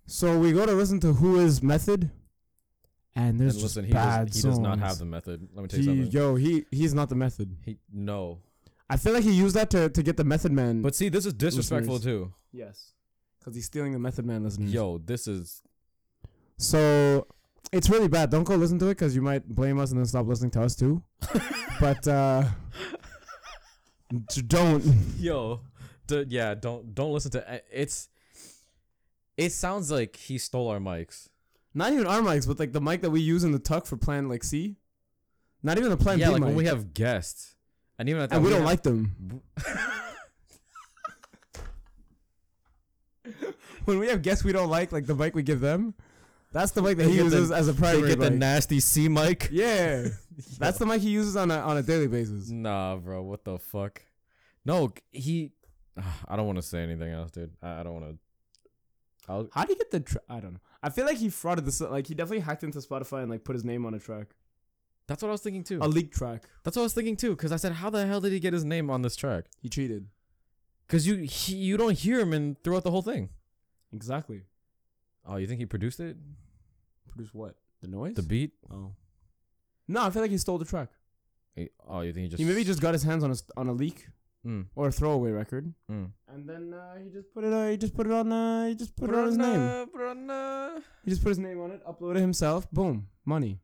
[SPEAKER 2] So we go to listen to who is Method, and there's
[SPEAKER 1] And
[SPEAKER 2] just
[SPEAKER 1] listen, he,
[SPEAKER 2] bad
[SPEAKER 1] does, he does not
[SPEAKER 2] songs.
[SPEAKER 1] have the method. Let me tell you
[SPEAKER 2] He,
[SPEAKER 1] something.
[SPEAKER 2] yo, he he's not the Method.
[SPEAKER 1] He no.
[SPEAKER 2] I feel like he used that to, to get the Method Man.
[SPEAKER 1] But see, this is disrespectful
[SPEAKER 2] Listeners.
[SPEAKER 1] too.
[SPEAKER 2] yes, because he's stealing the Method Man listeners.
[SPEAKER 1] Yo, this is
[SPEAKER 2] So it's really bad. Don't go listen to it because you might blame us and then stop listening to us too. but uh, d- don't.
[SPEAKER 1] yo. D- yeah, don't don't listen to a- it's it sounds like he stole our mics.
[SPEAKER 2] Not even our mics, but like the mic that we use in the tuck for Plan like C. Not even the Plan
[SPEAKER 1] yeah,
[SPEAKER 2] B
[SPEAKER 1] like
[SPEAKER 2] mic.
[SPEAKER 1] when we have guests. And even at that
[SPEAKER 2] and we don't
[SPEAKER 1] have-
[SPEAKER 2] like them. when we have guests we don't like, like the mic we give them, that's the mic that
[SPEAKER 1] They
[SPEAKER 2] he
[SPEAKER 1] get the-
[SPEAKER 2] uses as a
[SPEAKER 1] they
[SPEAKER 2] primary.
[SPEAKER 1] get the
[SPEAKER 2] mic.
[SPEAKER 1] nasty C mic.
[SPEAKER 2] yeah, that's the mic he uses on a on a daily basis.
[SPEAKER 1] Nah, bro. What the fuck? No, he. I don't want to say anything else, dude. I, I don't want to. I'll.
[SPEAKER 2] How do you get the? Tra- I don't know. I feel like he frauded this. Like he definitely hacked into Spotify and like put his name on a track,
[SPEAKER 1] That's what I was thinking too.
[SPEAKER 2] a leak track.
[SPEAKER 1] That's what I was thinking too. Cause I said, how the hell did he get his name on this track?
[SPEAKER 2] He cheated.
[SPEAKER 1] Cause you he, you don't hear him in throughout the whole thing.
[SPEAKER 2] Exactly.
[SPEAKER 1] Oh, you think he produced it?
[SPEAKER 2] Produce what? The noise.
[SPEAKER 1] The beat?
[SPEAKER 2] oh. No, I feel like he stole the track.
[SPEAKER 1] He- oh, you think he just?
[SPEAKER 2] He maybe just got his hands on a s- on a leak
[SPEAKER 1] Mm.
[SPEAKER 2] or a throwaway record.
[SPEAKER 1] Mm.
[SPEAKER 2] And then uh, he just put it. Uh, he just put it on. Uh, he just put, it on uh, his name. He just put his name on it. Uploaded himself. Boom, money.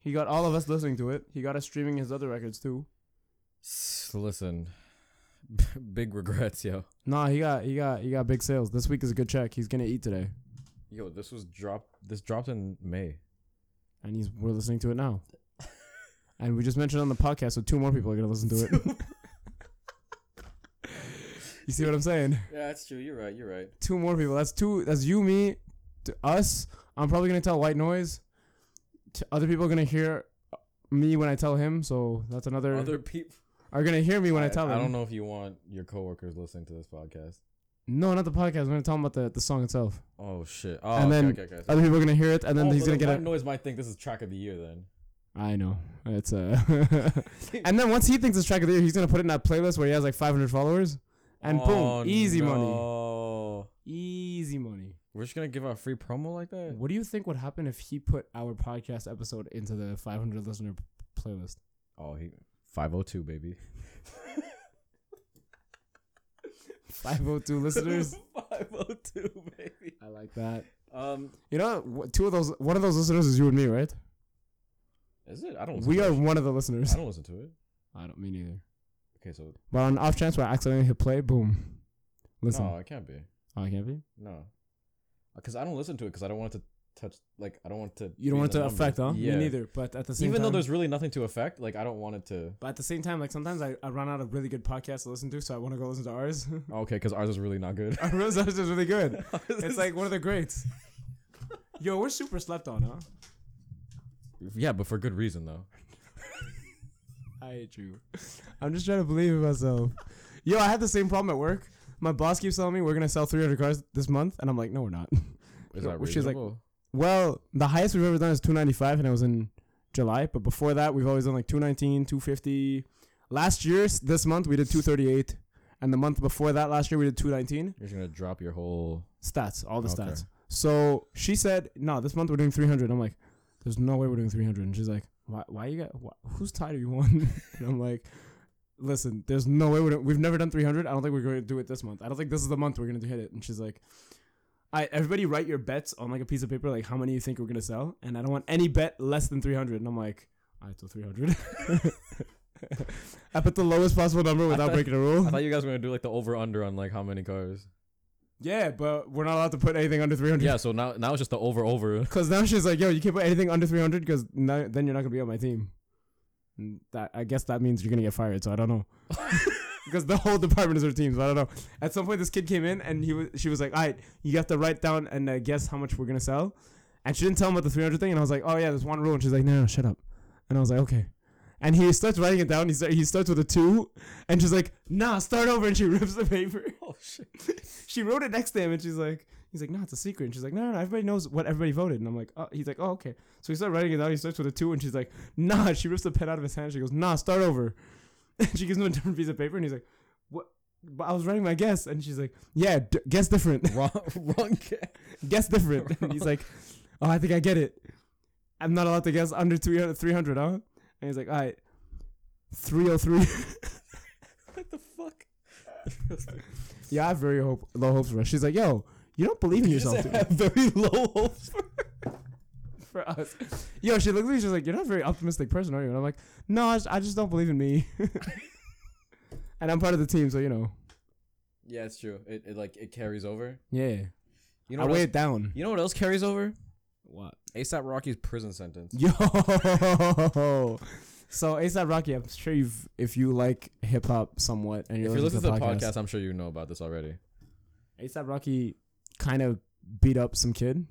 [SPEAKER 2] He got all of us listening to it. He got us streaming his other records too.
[SPEAKER 1] S- Listen, big regrets, yo.
[SPEAKER 2] Nah, he got he got he got big sales. This week is a good check. He's gonna eat today,
[SPEAKER 1] Yo, this was dropped. This dropped in May.
[SPEAKER 2] and he's we're listening to it now. and we just mentioned on the podcast, so two more people are gonna listen to it. you see what I'm saying?
[SPEAKER 1] Yeah, that's true. You're right. You're right.
[SPEAKER 2] Two more people. That's two. That's you, me, t- us. I'm probably gonna tell white noise. T- other people are gonna hear uh, me when I tell him. So that's another.
[SPEAKER 1] Other people.
[SPEAKER 2] are gonna hear me when I, tell
[SPEAKER 1] I
[SPEAKER 2] them.
[SPEAKER 1] don't know if you want your coworkers listening to this podcast.
[SPEAKER 2] No, not the podcast. I'm gonna tell him about the, the song itself.
[SPEAKER 1] Oh shit! Oh,
[SPEAKER 2] And
[SPEAKER 1] okay,
[SPEAKER 2] then
[SPEAKER 1] okay, okay, okay.
[SPEAKER 2] Other people are gonna hear it, and then
[SPEAKER 1] Oh,
[SPEAKER 2] he's
[SPEAKER 1] but
[SPEAKER 2] gonna
[SPEAKER 1] then
[SPEAKER 2] get
[SPEAKER 1] White
[SPEAKER 2] a.
[SPEAKER 1] noise might think this is track of the year then.
[SPEAKER 2] I know. It's uh And then once he thinks it's track of the year, he's gonna put it in that playlist where he has like five hundred followers. And
[SPEAKER 1] Oh,
[SPEAKER 2] boom, easy money.
[SPEAKER 1] no.
[SPEAKER 2] Easy money.
[SPEAKER 1] We're just gonna give out free promo like that.
[SPEAKER 2] What do you think would happen if he put our podcast episode into the five hundred listener p- playlist?
[SPEAKER 1] Oh, he five oh two baby.
[SPEAKER 2] Five oh two listeners.
[SPEAKER 1] five oh two baby.
[SPEAKER 2] I like that.
[SPEAKER 1] Um,
[SPEAKER 2] You know, wh- two of those one of those listeners is you and me, right?
[SPEAKER 1] is it? I don't. Listen
[SPEAKER 2] We
[SPEAKER 1] to
[SPEAKER 2] are
[SPEAKER 1] that
[SPEAKER 2] one of the
[SPEAKER 1] shit. I
[SPEAKER 2] listeners.
[SPEAKER 1] don't listen to it.
[SPEAKER 2] Oh, I don't mean either.
[SPEAKER 1] Okay, so
[SPEAKER 2] But on off chance where I accidentally hit play, boom. Listen.
[SPEAKER 1] no, it can't be.
[SPEAKER 2] Oh, I can't be?
[SPEAKER 1] No, because I don't listen to it because I don't want it to touch. Like I don't want it to.
[SPEAKER 2] You don't
[SPEAKER 1] be
[SPEAKER 2] want
[SPEAKER 1] in
[SPEAKER 2] to
[SPEAKER 1] the
[SPEAKER 2] affect, huh?
[SPEAKER 1] numbers. Yeah.
[SPEAKER 2] Me neither. But at the same
[SPEAKER 1] Even
[SPEAKER 2] time,
[SPEAKER 1] though there's really nothing to affect, like I don't want it to.
[SPEAKER 2] But at the same time, like sometimes I, I run out of really good podcasts to listen to, so I want to go listen to ours.
[SPEAKER 1] Oh, okay, because ours is really not good.
[SPEAKER 2] Our ours is really good.
[SPEAKER 1] It's
[SPEAKER 2] It's like one of the greats. Yo, we're super slept on, huh?
[SPEAKER 1] yeah, but for good reason though.
[SPEAKER 2] I hate you. I'm just trying to believe in myself. Yo, I had the same problem at work. My boss keeps telling me we're gonna sell 300 cars this month, and I'm like, no, we're not.
[SPEAKER 1] Is
[SPEAKER 2] No,
[SPEAKER 1] that
[SPEAKER 2] which is, like,
[SPEAKER 1] reasonable?
[SPEAKER 2] Well, the highest we've ever done is 295, and it was in July. But before that, we've always done like 219, 250. Last year, s- this month we did 238, and the month before that, last year we did 219.
[SPEAKER 1] You're just gonna drop your whole.
[SPEAKER 2] stats, all the
[SPEAKER 1] Okay.
[SPEAKER 2] stats. So she said, "No, this month we're doing 300." I'm like, "There's no way we're doing 300." And she's like, "Why? Why you got? Wh- whose tie do you want?" and I'm like, "Listen, there's no way we're doing, we've never done 300. I don't think we're going to do it this month. I don't think this is the month we're going to hit it." And she's like, "I everybody write your bets on like a piece of paper, like how many you think we're going to sell, and I don't want any bet less than 300." And I'm like, "I so 300." I put the lowest possible number without
[SPEAKER 1] thought-
[SPEAKER 2] breaking a rule.
[SPEAKER 1] I thought you guys were gonna do like the over under on like how many cars.
[SPEAKER 2] yeah, but we're not allowed to put anything under 300.
[SPEAKER 1] Yeah, so now now it's just the over over.
[SPEAKER 2] Cause now she's like, "Yo, you can't put anything under 300 because now, then you're not gonna be on my team." And that I guess that means you're gonna get fired. So I don't know. because the whole department is her team. So I don't know. At some point, this kid came in and he was, she was like, "All right, you have to write down and uh, guess how much we're gonna sell." And she didn't tell him about the 300 thing. And I was like, "Oh yeah, there's one rule." And she's like, "No, no, shut up." And I was like, "Okay." And he starts writing it down. He start, he starts with a two, and she's like, "Nah, start over." And she rips the paper.
[SPEAKER 1] Oh shit!
[SPEAKER 2] She wrote it next to him, and she's like, he's like, no, it's a secret. And she's like, no, no, no, everybody knows what everybody voted. And I'm like, oh, he's like, oh, okay. So he starts writing it down. He starts with a two, and she's like, nah. She rips the pen out of his hand. She goes, nah, start over. And she gives him a different piece of paper, and he's like, what? But I was writing my guess, and she's like, yeah, d- guess different,
[SPEAKER 1] wrong wrong. Guess.
[SPEAKER 2] guess different. And he's like, oh, I think I get it. I'm not allowed to guess under 300, 300 huh? And he's like, oh all right, 303.
[SPEAKER 1] What the fuck?
[SPEAKER 2] yeah, I have very hope- low hopes for us. She's like, yo, you don't believe in
[SPEAKER 1] You
[SPEAKER 2] yourself.
[SPEAKER 1] just
[SPEAKER 2] do you?
[SPEAKER 1] have very low hopes. For-
[SPEAKER 2] for us. Yo, she looked at me. She's like, "You're not a very optimistic person, are you?" And I'm like, "No, I just, I just don't believe in me." and I'm part of the team, so you know.
[SPEAKER 1] yeah, it's true. It, it like it carries over.
[SPEAKER 2] Yeah,
[SPEAKER 1] You know
[SPEAKER 2] I
[SPEAKER 1] what
[SPEAKER 2] weigh
[SPEAKER 1] else,
[SPEAKER 2] it down.
[SPEAKER 1] You know what else carries over?
[SPEAKER 2] What?
[SPEAKER 1] ASAP Rocky's prison sentence.
[SPEAKER 2] Yo. So ASAP Rocky, I'm sure you've if you like hip hop somewhat and
[SPEAKER 1] If
[SPEAKER 2] you're
[SPEAKER 1] you're listening to the podcast,
[SPEAKER 2] podcast,
[SPEAKER 1] I'm sure you know about this already.
[SPEAKER 2] ASAP Rocky kind of beat up some kid.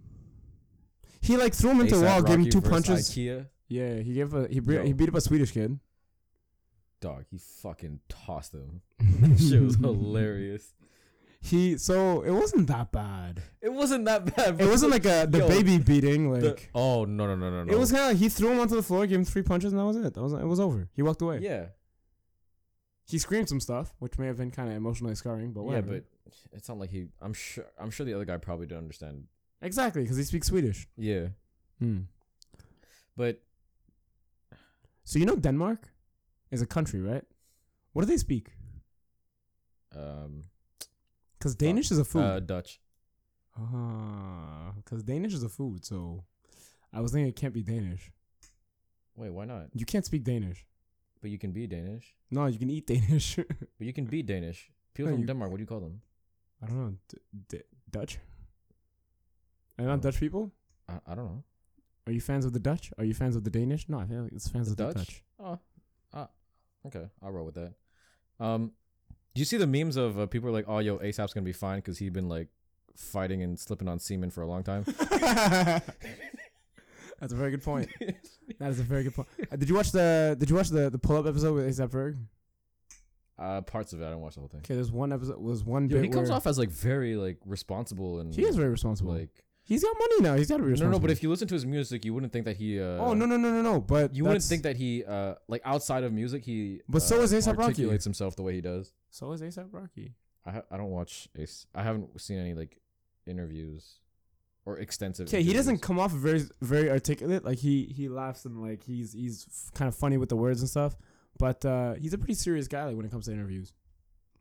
[SPEAKER 2] He like threw him into a
[SPEAKER 1] A$AP
[SPEAKER 2] wall, gave him
[SPEAKER 1] Rocky
[SPEAKER 2] two
[SPEAKER 1] versus
[SPEAKER 2] punches.
[SPEAKER 1] IKEA.
[SPEAKER 2] Yeah, he gave a he bre-
[SPEAKER 1] Yo.
[SPEAKER 2] he beat up a Swedish kid.
[SPEAKER 1] Dog, he fucking tossed him. Shit was hilarious.
[SPEAKER 2] He so it wasn't that bad.
[SPEAKER 1] It wasn't that bad.
[SPEAKER 2] It
[SPEAKER 1] bro.
[SPEAKER 2] wasn't like a the
[SPEAKER 1] Yo,
[SPEAKER 2] baby beating. Like
[SPEAKER 1] The- oh no no no no no.
[SPEAKER 2] it was kind of like he threw him onto the floor, gave him three punches, and that was it. That was it was over. He walked away.
[SPEAKER 1] yeah
[SPEAKER 2] He screamed some stuff, which may have been kind of emotionally scarring, but whatever.
[SPEAKER 1] yeah, but it's not like he. I'm sure. I'm sure the other guy probably didn't understand.
[SPEAKER 2] exactly because he speaks Swedish.
[SPEAKER 1] Yeah, Hmm. but
[SPEAKER 2] So you know Denmark is a country, right? What do they speak?
[SPEAKER 1] um,
[SPEAKER 2] Because Danish is a food.
[SPEAKER 1] uh, Dutch.
[SPEAKER 2] Because Uh, Danish is a food, so I was thinking it can't be Danish.
[SPEAKER 1] Wait, why not?
[SPEAKER 2] You can't speak Danish.
[SPEAKER 1] But you can be Danish.
[SPEAKER 2] No, you can eat Danish.
[SPEAKER 1] But you can be Danish. People
[SPEAKER 2] No,
[SPEAKER 1] from
[SPEAKER 2] you-
[SPEAKER 1] Denmark, what do you call them?
[SPEAKER 2] I don't know. D- D- Dutch? Are you not
[SPEAKER 1] Oh.
[SPEAKER 2] Dutch people?
[SPEAKER 1] I, I don't know.
[SPEAKER 2] Are you fans of the Dutch? Are you fans of the Danish? No, I feel like it's fans
[SPEAKER 1] The
[SPEAKER 2] of
[SPEAKER 1] Dutch?
[SPEAKER 2] the Dutch.
[SPEAKER 1] Oh, uh, okay. I'll roll with that. Um, do you see the memes of uh, people are like, "Oh, yo, ASAP's gonna be fine because he's been like fighting and slipping on semen for a long time."
[SPEAKER 2] That's a very good point. That is a very good point. Uh, did you watch the Did you watch the the pull up episode with ASAP Ferg?
[SPEAKER 1] uh, parts of it, I don't watch the whole thing.
[SPEAKER 2] Okay, there's one episode was one
[SPEAKER 1] Yo,
[SPEAKER 2] bit
[SPEAKER 1] he comes
[SPEAKER 2] where
[SPEAKER 1] off as like very like responsible and
[SPEAKER 2] he is very responsible.
[SPEAKER 1] like
[SPEAKER 2] He's got money now. He's got to be
[SPEAKER 1] no,
[SPEAKER 2] responsible.
[SPEAKER 1] no. But if you listen to his music, you wouldn't think that he. Uh,
[SPEAKER 2] oh no no no no no, but
[SPEAKER 1] You wouldn't
[SPEAKER 2] that's-
[SPEAKER 1] think that he uh like outside of music he.
[SPEAKER 2] But so
[SPEAKER 1] uh,
[SPEAKER 2] is A$AP Rocky.
[SPEAKER 1] Articulates himself the way he does.
[SPEAKER 2] So is ASAP Rocky.
[SPEAKER 1] I ha- I don't watch Ace. I haven't seen any like interviews or extensive.
[SPEAKER 2] Okay, he doesn't
[SPEAKER 1] interviews.
[SPEAKER 2] come off very very articulate. Like he he laughs and like he's he's f- kind of funny with the words and stuff. But uh, he's a pretty serious guy like when it comes to interviews.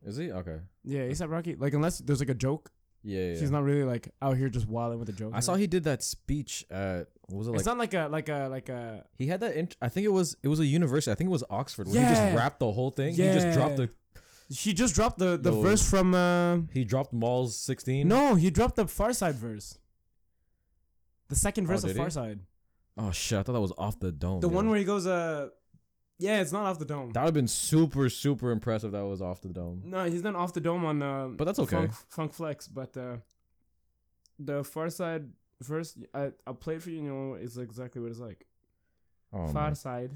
[SPEAKER 1] Is he okay?
[SPEAKER 2] Yeah, ASAP Rocky. Like unless there's like a joke,
[SPEAKER 1] Yeah, yeah.
[SPEAKER 2] he's not really like out here just wilding with a joke.
[SPEAKER 1] I saw he did that speech at what was it like?
[SPEAKER 2] it's not like a like a like a
[SPEAKER 1] he had that. Int- I think it was it was a university. I think it was Oxford. Where He
[SPEAKER 2] Yeah.
[SPEAKER 1] just rapped the whole thing. He just dropped
[SPEAKER 2] Yeah.
[SPEAKER 1] the
[SPEAKER 2] She just dropped the the
[SPEAKER 1] Yo.
[SPEAKER 2] verse from. Uh,
[SPEAKER 1] he dropped Maul's sixteen.
[SPEAKER 2] no, he dropped the Far Side verse. The second
[SPEAKER 1] Oh,
[SPEAKER 2] verse of
[SPEAKER 1] did
[SPEAKER 2] Far
[SPEAKER 1] he?
[SPEAKER 2] Side.
[SPEAKER 1] Oh shit! I thought that was off the dome.
[SPEAKER 2] The
[SPEAKER 1] yo.
[SPEAKER 2] one where he goes, uh, yeah, it's not off the dome.
[SPEAKER 1] that would have been super super impressive. That was off the dome.
[SPEAKER 2] No, he's done off the dome on. Uh,
[SPEAKER 1] But that's okay.
[SPEAKER 2] Funk, Funk Flex, but uh, the Far Side verse, I I played for you. You know, it's exactly what it's like.
[SPEAKER 1] Oh,
[SPEAKER 2] far
[SPEAKER 1] man.
[SPEAKER 2] Side.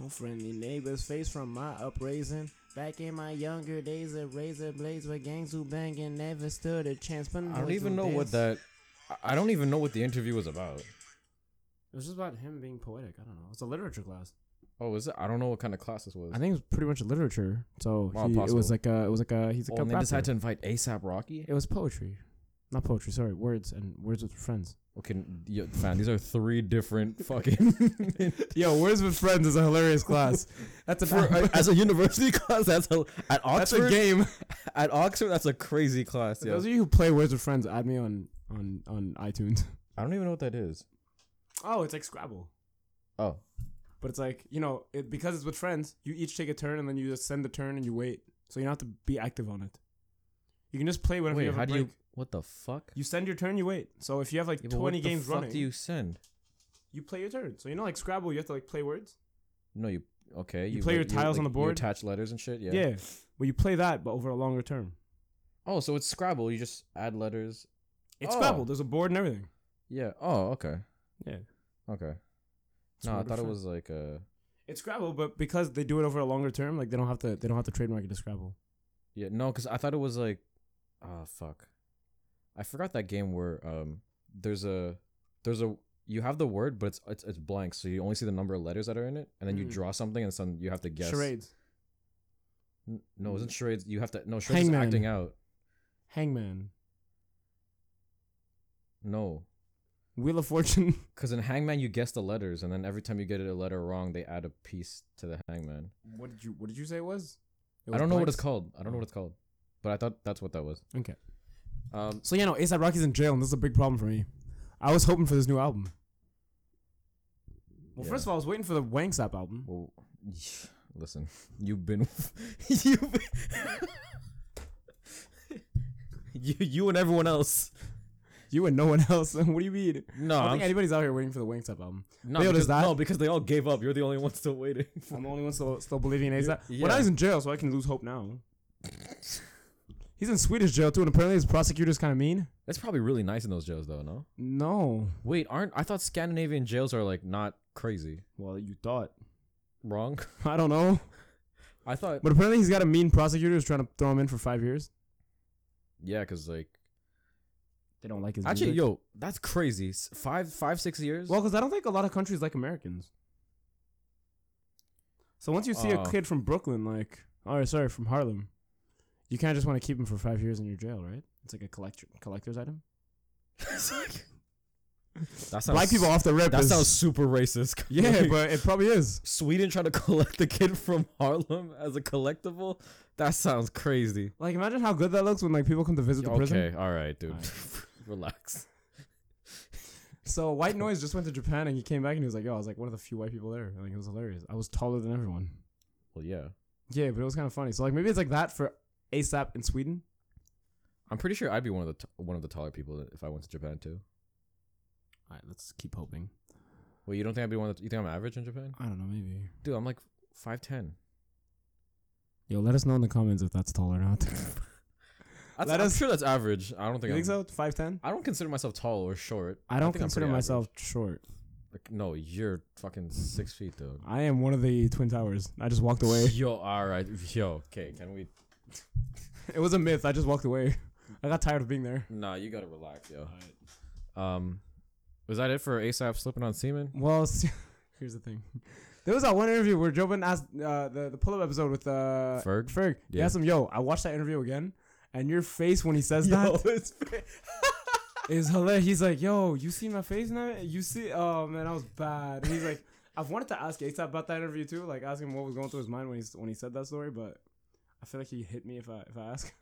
[SPEAKER 2] Oh, friendly neighbor's face from my upraising. Back in my younger days, a razor blades with gangs who bang and never stood a chance. But
[SPEAKER 1] I don't even know what that. I- I don't even know what the interview was about.
[SPEAKER 2] It was just about him being poetic. I don't know. It's a literature class.
[SPEAKER 1] Oh, is it? I don't know what kind of class this was.
[SPEAKER 2] I think it was pretty much literature. So
[SPEAKER 1] Wow,
[SPEAKER 2] he, it
[SPEAKER 1] possible.
[SPEAKER 2] was like a, it was like a, he's
[SPEAKER 1] oh,
[SPEAKER 2] like a
[SPEAKER 1] and they
[SPEAKER 2] rapper.
[SPEAKER 1] decided to invite ASAP Rocky.
[SPEAKER 2] It was poetry, not poetry. Sorry, words and words with friends.
[SPEAKER 1] Okay, yo, fam, these are three different fucking.
[SPEAKER 2] Yo, words with friends is a hilarious class. That's a
[SPEAKER 1] For, uh, as a university class, that's a, at
[SPEAKER 2] that's a
[SPEAKER 1] Oxford.
[SPEAKER 2] game.
[SPEAKER 1] At Oxford, that's a crazy class. Yeah,
[SPEAKER 2] Those of you who play words with friends, add me on on on iTunes.
[SPEAKER 1] I don't even know what that is.
[SPEAKER 2] Oh, it's like Scrabble,
[SPEAKER 1] Oh,
[SPEAKER 2] but it's like you know it because it's with friends. You each take a turn and then you just send the turn and you wait. So you don't have to be active on it. You can just play whenever you
[SPEAKER 1] wait,
[SPEAKER 2] have
[SPEAKER 1] how
[SPEAKER 2] a
[SPEAKER 1] do
[SPEAKER 2] break.
[SPEAKER 1] you? What the fuck?
[SPEAKER 2] You send your turn, you wait. So if you have like
[SPEAKER 1] Yeah, but
[SPEAKER 2] twenty
[SPEAKER 1] what the
[SPEAKER 2] games
[SPEAKER 1] fuck
[SPEAKER 2] running,
[SPEAKER 1] do you send?
[SPEAKER 2] you play your turn. So you know, like Scrabble, you have to like play words.
[SPEAKER 1] No, you okay?
[SPEAKER 2] You play your tiles on the board?
[SPEAKER 1] You attach letters and shit. Yeah.
[SPEAKER 2] Yeah. Well, you play that, but over a longer term.
[SPEAKER 1] Oh, so it's Scrabble. You just add letters.
[SPEAKER 2] It's
[SPEAKER 1] Oh.
[SPEAKER 2] Scrabble. There's a board and everything.
[SPEAKER 1] Yeah. Oh, okay.
[SPEAKER 2] Yeah.
[SPEAKER 1] Okay.
[SPEAKER 2] It's
[SPEAKER 1] No, I
[SPEAKER 2] word
[SPEAKER 1] thought it
[SPEAKER 2] friend.
[SPEAKER 1] was like uh, a.
[SPEAKER 2] It's Scrabble, but because they do it over a longer term, like they don't have to. They don't have to trademark it to Scrabble.
[SPEAKER 1] Yeah, no, because I thought it was like, oh fuck, I forgot that game where um there's a there's a you have the word but it's it's, it's blank so you only see the number of letters that are in it and then you
[SPEAKER 2] Mm.
[SPEAKER 1] draw something and some you have to guess.
[SPEAKER 2] Charades.
[SPEAKER 1] N- No, it wasn't charades. You have to no charades is
[SPEAKER 2] Mm. Hangman.
[SPEAKER 1] acting out.
[SPEAKER 2] Hangman.
[SPEAKER 1] No,
[SPEAKER 2] Wheel of Fortune.
[SPEAKER 1] because in Hangman you guess the letters and then every time you get a letter wrong they add a piece to the Hangman.
[SPEAKER 2] what did you What did you say it was? It
[SPEAKER 1] I
[SPEAKER 2] was
[SPEAKER 1] don't know what it's
[SPEAKER 2] blanks?
[SPEAKER 1] called. I don't know what it's called, but I thought that's what that was.
[SPEAKER 2] Okay.
[SPEAKER 1] Um.
[SPEAKER 2] So yeah, no, ASAP Rocky's in jail, and this is a big problem for me. I was hoping for this new album. Well,
[SPEAKER 1] Yeah.
[SPEAKER 2] first of all, I was waiting for the Wanks app album.
[SPEAKER 1] Well, listen, you've been, you've been you, you and everyone else.
[SPEAKER 2] You and no one else. what do you mean?
[SPEAKER 1] No,
[SPEAKER 2] I don't
[SPEAKER 1] I'm-
[SPEAKER 2] think anybody's out here waiting for the Wanks app album.
[SPEAKER 1] no,
[SPEAKER 2] Leo does
[SPEAKER 1] because,
[SPEAKER 2] that.
[SPEAKER 1] no, because they all gave up. You're the only one still waiting.
[SPEAKER 2] I'm the only one still, still believing in ASAP.
[SPEAKER 1] Yeah.
[SPEAKER 2] Well, now he's in jail, so I can lose hope now. he's in Swedish jail too, and apparently his prosecutor's kind of mean.
[SPEAKER 1] That's probably really nice in those jails, though. No,
[SPEAKER 2] No.
[SPEAKER 1] wait, aren't I thought Scandinavian jails are like not crazy?
[SPEAKER 2] Well, you thought.
[SPEAKER 1] Wrong.
[SPEAKER 2] I don't know.
[SPEAKER 1] I thought.
[SPEAKER 2] But apparently he's got a mean prosecutor who's trying to throw him in for five years.
[SPEAKER 1] Yeah, because like
[SPEAKER 2] They don't like his
[SPEAKER 1] actually, yo, that's crazy. S- Five, five, six years.
[SPEAKER 2] Well, because I don't think a lot of countries like Americans. So once you see
[SPEAKER 1] Oh.
[SPEAKER 2] Oh. a kid from Brooklyn, like, all right, sorry, from Harlem, You kind of just want to keep him for five years in your jail, right? It's like a collector collector's item.
[SPEAKER 1] That sounds,
[SPEAKER 2] Black people off the rip.
[SPEAKER 1] That
[SPEAKER 2] is-
[SPEAKER 1] sounds super racist.
[SPEAKER 2] Yeah,
[SPEAKER 1] Like,
[SPEAKER 2] but it probably is.
[SPEAKER 1] Sweden trying to collect the kid from Harlem as a collectible. That sounds crazy.
[SPEAKER 2] Like, imagine how good that looks when like people come to visit the prison.
[SPEAKER 1] Okay, all right, dude.
[SPEAKER 2] Alright.
[SPEAKER 1] Relax.
[SPEAKER 2] So White Noise just went to Japan and he came back and he was like, "Yo, I was like one of the few white people there." I think it was hilarious. I was taller than everyone.
[SPEAKER 1] Well, yeah.
[SPEAKER 2] Yeah, but it was kind of funny. So like maybe it's like that for ASAP in Sweden.
[SPEAKER 1] I'm pretty sure I'd be one of the t- one of the taller people if I went to Japan too.
[SPEAKER 2] All right, let's keep hoping.
[SPEAKER 1] Well, you don't think I'd be one? Of the, you think I'm average in Japan?
[SPEAKER 2] I don't know, maybe.
[SPEAKER 1] Dude, I'm like five ten.
[SPEAKER 2] Yo, let us know in the comments if that's tall or not.
[SPEAKER 1] I'm
[SPEAKER 2] Let us-
[SPEAKER 1] sure that's average. I don't think.
[SPEAKER 2] you
[SPEAKER 1] I'm,
[SPEAKER 2] think so? Five ten?
[SPEAKER 1] I don't consider myself tall or short.
[SPEAKER 2] I don't
[SPEAKER 1] think I'm
[SPEAKER 2] consider
[SPEAKER 1] pretty
[SPEAKER 2] myself short.
[SPEAKER 1] Like, no, you're fucking six feet, dude.
[SPEAKER 2] I am one of the twin towers. I just walked away.
[SPEAKER 1] Yo, all right. Yo, okay. Can we?
[SPEAKER 2] it was a myth. I just walked away. I got tired of being there.
[SPEAKER 1] Nah, you gotta relax, yo. Um, was that it for ASAP slipping on semen?
[SPEAKER 2] Well, s- here's the thing. There was that one interview where Joe Budden asked uh, the the pull up episode with uh,
[SPEAKER 1] Ferg?
[SPEAKER 2] Ferg. He
[SPEAKER 1] Yeah.
[SPEAKER 2] asked him, "Yo, I watched that interview again, and your face when he says
[SPEAKER 1] Yo,
[SPEAKER 2] that
[SPEAKER 1] it's
[SPEAKER 2] is hilarious." He's like, "Yo, you see my face now? You see? Oh man, I was bad." And he's like, "I've wanted to ask ASAP about that interview too. Like, ask him what was going through his mind when he s- when he said that story, but." I feel like he hit me if I if I ask.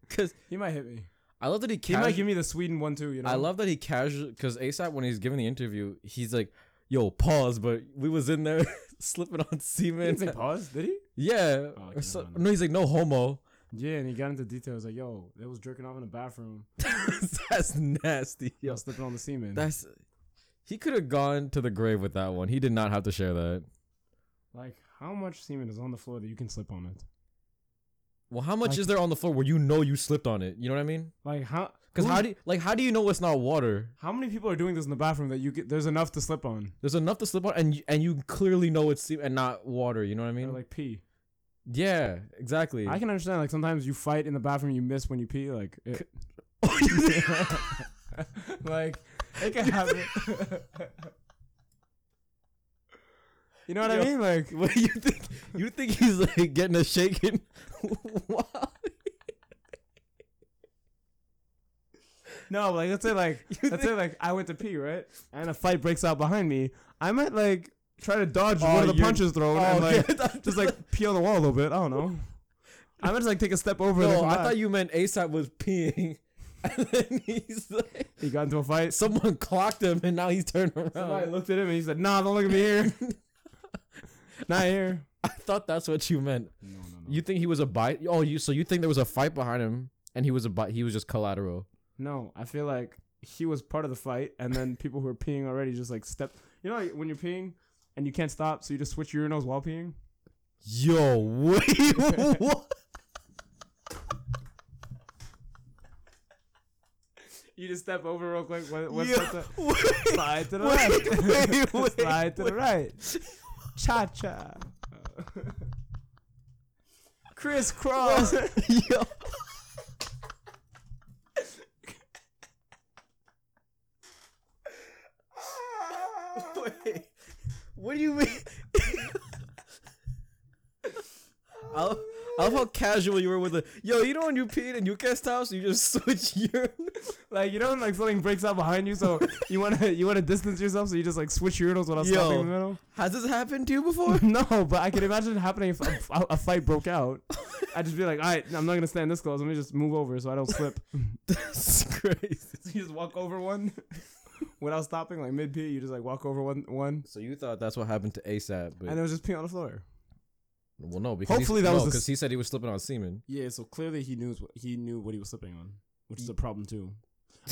[SPEAKER 1] because
[SPEAKER 2] He might hit me.
[SPEAKER 1] I love that he.
[SPEAKER 2] He
[SPEAKER 1] Casu-
[SPEAKER 2] might give me the Sweden one too. You know.
[SPEAKER 1] I love that he casual because ASAP when he's giving the interview, he's like, "Yo, pause," but we was in there slipping on
[SPEAKER 2] He didn't say
[SPEAKER 1] semen.
[SPEAKER 2] pause, did he?
[SPEAKER 1] Yeah.
[SPEAKER 2] Oh, okay,
[SPEAKER 1] or so-
[SPEAKER 2] never mind.
[SPEAKER 1] no, he's like, "No homo."
[SPEAKER 2] Yeah, and he got into details like, "Yo, they was jerking off in the bathroom.
[SPEAKER 1] That's nasty.
[SPEAKER 2] Yo,
[SPEAKER 1] Yo,
[SPEAKER 2] slipping on the semen."
[SPEAKER 1] that's. He could have gone to the grave with that one. He did not have to share that.
[SPEAKER 2] Like, how much semen is on the floor that you can slip on it?
[SPEAKER 1] Well, how much
[SPEAKER 2] Like-
[SPEAKER 1] is there on the floor where you know you slipped on it? You know what I mean?
[SPEAKER 2] Like, how?
[SPEAKER 1] Because
[SPEAKER 2] who-
[SPEAKER 1] how do you, like how do you know it's not water?
[SPEAKER 2] how many people are doing this in the bathroom that you get? There's enough to slip on.
[SPEAKER 1] There's enough to slip on, and you, and you clearly know it's semen and not water. You know what I
[SPEAKER 2] Or
[SPEAKER 1] mean?
[SPEAKER 2] like pee.
[SPEAKER 1] yeah, exactly.
[SPEAKER 2] I can understand. Like sometimes you fight in the bathroom, you miss when you pee. Like, it, like it can happen. you know what
[SPEAKER 1] Yo.
[SPEAKER 2] I mean? Like,
[SPEAKER 1] What you think? You think he's like getting a shaking? Wow.
[SPEAKER 2] no, like let's say like
[SPEAKER 1] You
[SPEAKER 2] let's say like I went to pee, right? And a fight breaks out behind me. I might like try to dodge
[SPEAKER 1] Oh,
[SPEAKER 2] one of the
[SPEAKER 1] you're-
[SPEAKER 2] punches thrown
[SPEAKER 1] Oh,
[SPEAKER 2] and like just
[SPEAKER 1] just
[SPEAKER 2] like pee on the wall a little bit. I don't know. I might just like take a step over.
[SPEAKER 1] no. I thought you meant ASAP was peeing, and then he's like,
[SPEAKER 2] he got into a fight.
[SPEAKER 1] someone clocked him, and now he's turned around.
[SPEAKER 2] Somebody looked at him and he said, "Nah, don't look at me here. Not here."
[SPEAKER 1] I thought that's what you meant.
[SPEAKER 2] No, no, no.
[SPEAKER 1] You think he was a bite? Oh, you so you think there was a fight behind him, and he was a bi- he was just collateral.
[SPEAKER 2] no, I feel like he was part of the fight, and then people who are peeing already just like step. You know, like, when you're peeing and you can't stop, so you just switch urinals while peeing.
[SPEAKER 1] Yo, wait, what?
[SPEAKER 2] You just step over real quick. What, what's
[SPEAKER 1] Yo,
[SPEAKER 2] the,
[SPEAKER 1] wait,
[SPEAKER 2] slide to the
[SPEAKER 1] wait,
[SPEAKER 2] left.
[SPEAKER 1] wait, wait,
[SPEAKER 2] slide to the right. Cha cha. Crisscross.
[SPEAKER 1] yo. Wait, what do you mean? I love, I love how casual you were with it. Yo, you know when you peed and you can't stop, so you just switch your.
[SPEAKER 2] Like you know, when, like something breaks out behind you, so you wanna you wanna distance yourself, so you just like switch urinals without
[SPEAKER 1] Yo.
[SPEAKER 2] stopping in the middle.
[SPEAKER 1] Has this happened to you before?
[SPEAKER 2] No, but I can imagine it happening if a, a fight broke out. I'd just be like, all right, I'm not gonna stand this close. Let me just move over so I don't slip.
[SPEAKER 1] That's crazy.
[SPEAKER 2] so you just walk over one without stopping, like mid pee. You just like walk over one one,
[SPEAKER 1] So you thought that's what happened to ASAP, but
[SPEAKER 2] and it was just pee on the floor.
[SPEAKER 1] well, no, because
[SPEAKER 2] Hopefully
[SPEAKER 1] he's-
[SPEAKER 2] that
[SPEAKER 1] no,
[SPEAKER 2] was the
[SPEAKER 1] 'cause
[SPEAKER 2] s-
[SPEAKER 1] he said he was slipping on semen.
[SPEAKER 2] Yeah, so clearly he knew what, he knew what he was slipping on, which is a problem too.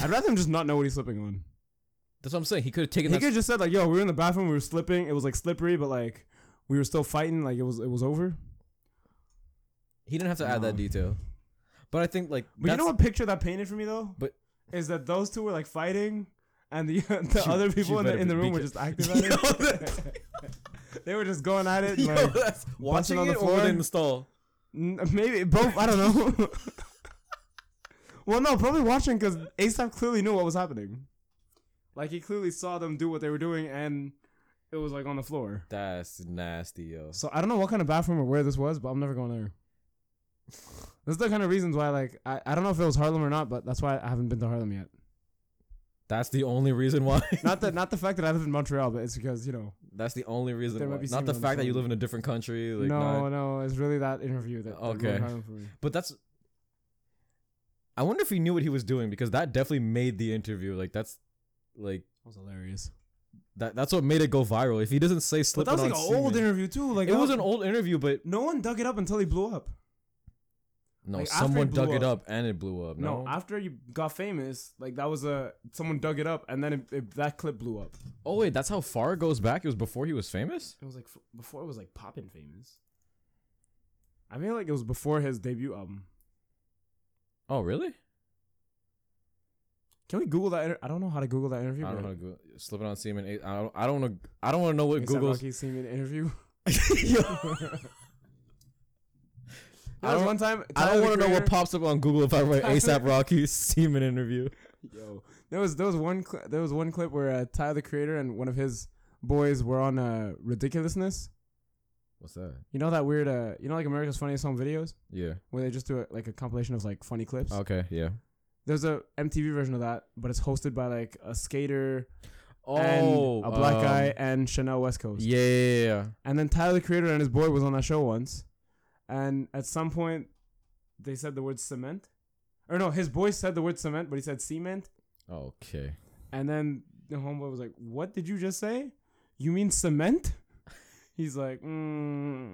[SPEAKER 2] I'd rather him just not know what he's slipping on.
[SPEAKER 1] That's what I'm saying. He could have taken
[SPEAKER 2] He
[SPEAKER 1] that
[SPEAKER 2] could just said like, "Yo, we were in the bathroom, we were slipping. It was like slippery, but like we were still fighting. Like it was it was over."
[SPEAKER 1] He didn't have to add that
[SPEAKER 2] No.
[SPEAKER 1] detail. But I think like
[SPEAKER 2] But you know what picture that painted for me though?
[SPEAKER 1] But-
[SPEAKER 2] is that those two were like fighting, and the the
[SPEAKER 1] You-
[SPEAKER 2] other
[SPEAKER 1] you
[SPEAKER 2] people in the,
[SPEAKER 1] better
[SPEAKER 2] in the
[SPEAKER 1] be-
[SPEAKER 2] room
[SPEAKER 1] be
[SPEAKER 2] were
[SPEAKER 1] ca-
[SPEAKER 2] just active at it. they were just going at it.
[SPEAKER 1] Yo,
[SPEAKER 2] like,
[SPEAKER 1] that's- watching
[SPEAKER 2] on
[SPEAKER 1] it
[SPEAKER 2] the
[SPEAKER 1] or
[SPEAKER 2] floor?
[SPEAKER 1] within the stall.
[SPEAKER 2] n- maybe both. I don't know. well, no, probably watching because ASAP clearly knew what was happening. Like he clearly saw them do what they were doing, and it was like on the floor.
[SPEAKER 1] That's nasty, yo.
[SPEAKER 2] So I don't know what kind of bathroom or where this was, but I'm never going there. That's the kind of reasons why, like, I, I don't know if it was Harlem or not, but that's why I haven't been to Harlem yet.
[SPEAKER 1] That's the only reason why.
[SPEAKER 2] Not that, not the fact that I live in Montreal, but it's because you know.
[SPEAKER 1] That's the only reason
[SPEAKER 2] There might
[SPEAKER 1] why.
[SPEAKER 2] be
[SPEAKER 1] Not the
[SPEAKER 2] singing on the
[SPEAKER 1] fact that you
[SPEAKER 2] phone.
[SPEAKER 1] live in a different country. Like,
[SPEAKER 2] no,
[SPEAKER 1] not-
[SPEAKER 2] no, it's really that interview that. that ruined
[SPEAKER 1] Okay.
[SPEAKER 2] Harlem for me.
[SPEAKER 1] But that's. I wonder if he knew what he was doing because that definitely made the interview. Like that's, like
[SPEAKER 2] That was hilarious.
[SPEAKER 1] that. That's what made it go viral. If he doesn't say
[SPEAKER 2] But
[SPEAKER 1] slip,
[SPEAKER 2] that was like an old
[SPEAKER 1] Interview.
[SPEAKER 2] interview too. Like
[SPEAKER 1] It
[SPEAKER 2] that-
[SPEAKER 1] was an old interview, but
[SPEAKER 2] No one dug it up until he blew up.
[SPEAKER 1] no,
[SPEAKER 2] Like, after it
[SPEAKER 1] someone
[SPEAKER 2] blew
[SPEAKER 1] dug it
[SPEAKER 2] up-
[SPEAKER 1] up and it blew up. No,
[SPEAKER 2] No, after you got famous, like that was a someone dug it up, and then it, it, that clip blew up.
[SPEAKER 1] oh wait, that's how far it goes back. It was before he was famous.
[SPEAKER 2] It was like f- before it was like poppin' famous. I feel like it was before his debut album.
[SPEAKER 1] Oh really?
[SPEAKER 2] Can we Google that? Inter- I don't know how to Google that interview.
[SPEAKER 1] I don't
[SPEAKER 2] but-
[SPEAKER 1] know. how to Go- slip it on semen. eight- I don't. I don't want to. I don't want to know what
[SPEAKER 2] ASAP
[SPEAKER 1] Google's.
[SPEAKER 2] Rocky seen an interview.
[SPEAKER 1] Yo.
[SPEAKER 2] I don't one time.
[SPEAKER 1] I
[SPEAKER 2] Tyler,
[SPEAKER 1] don't
[SPEAKER 2] the
[SPEAKER 1] want to know what
[SPEAKER 2] Creator-
[SPEAKER 1] pops up on Google if I write ASAP Rocky semen interview.
[SPEAKER 2] Yo, there was there was one cl- there was one clip where uh, Tyler the Creator and one of his boys were on uh, ridiculousness.
[SPEAKER 1] What's that?
[SPEAKER 2] You know that weird uh, you know like America's Funniest Home Videos
[SPEAKER 1] Yeah.
[SPEAKER 2] where they just do a, like a compilation of like funny clips.
[SPEAKER 1] Okay. Yeah.
[SPEAKER 2] There's a MTV version of that, but it's hosted by like a skater
[SPEAKER 1] Oh,
[SPEAKER 2] and a black
[SPEAKER 1] um,
[SPEAKER 2] guy and Chanel West Coast.
[SPEAKER 1] Yeah, yeah, yeah.
[SPEAKER 2] And then Tyler the Creator and his boy was on that show once. And at some point, they said the word cement. Or no, his boy said the word cement, but he said cement.
[SPEAKER 1] Okay.
[SPEAKER 2] And then the homeboy was like, What did you just say? You mean cement? He's like, mm.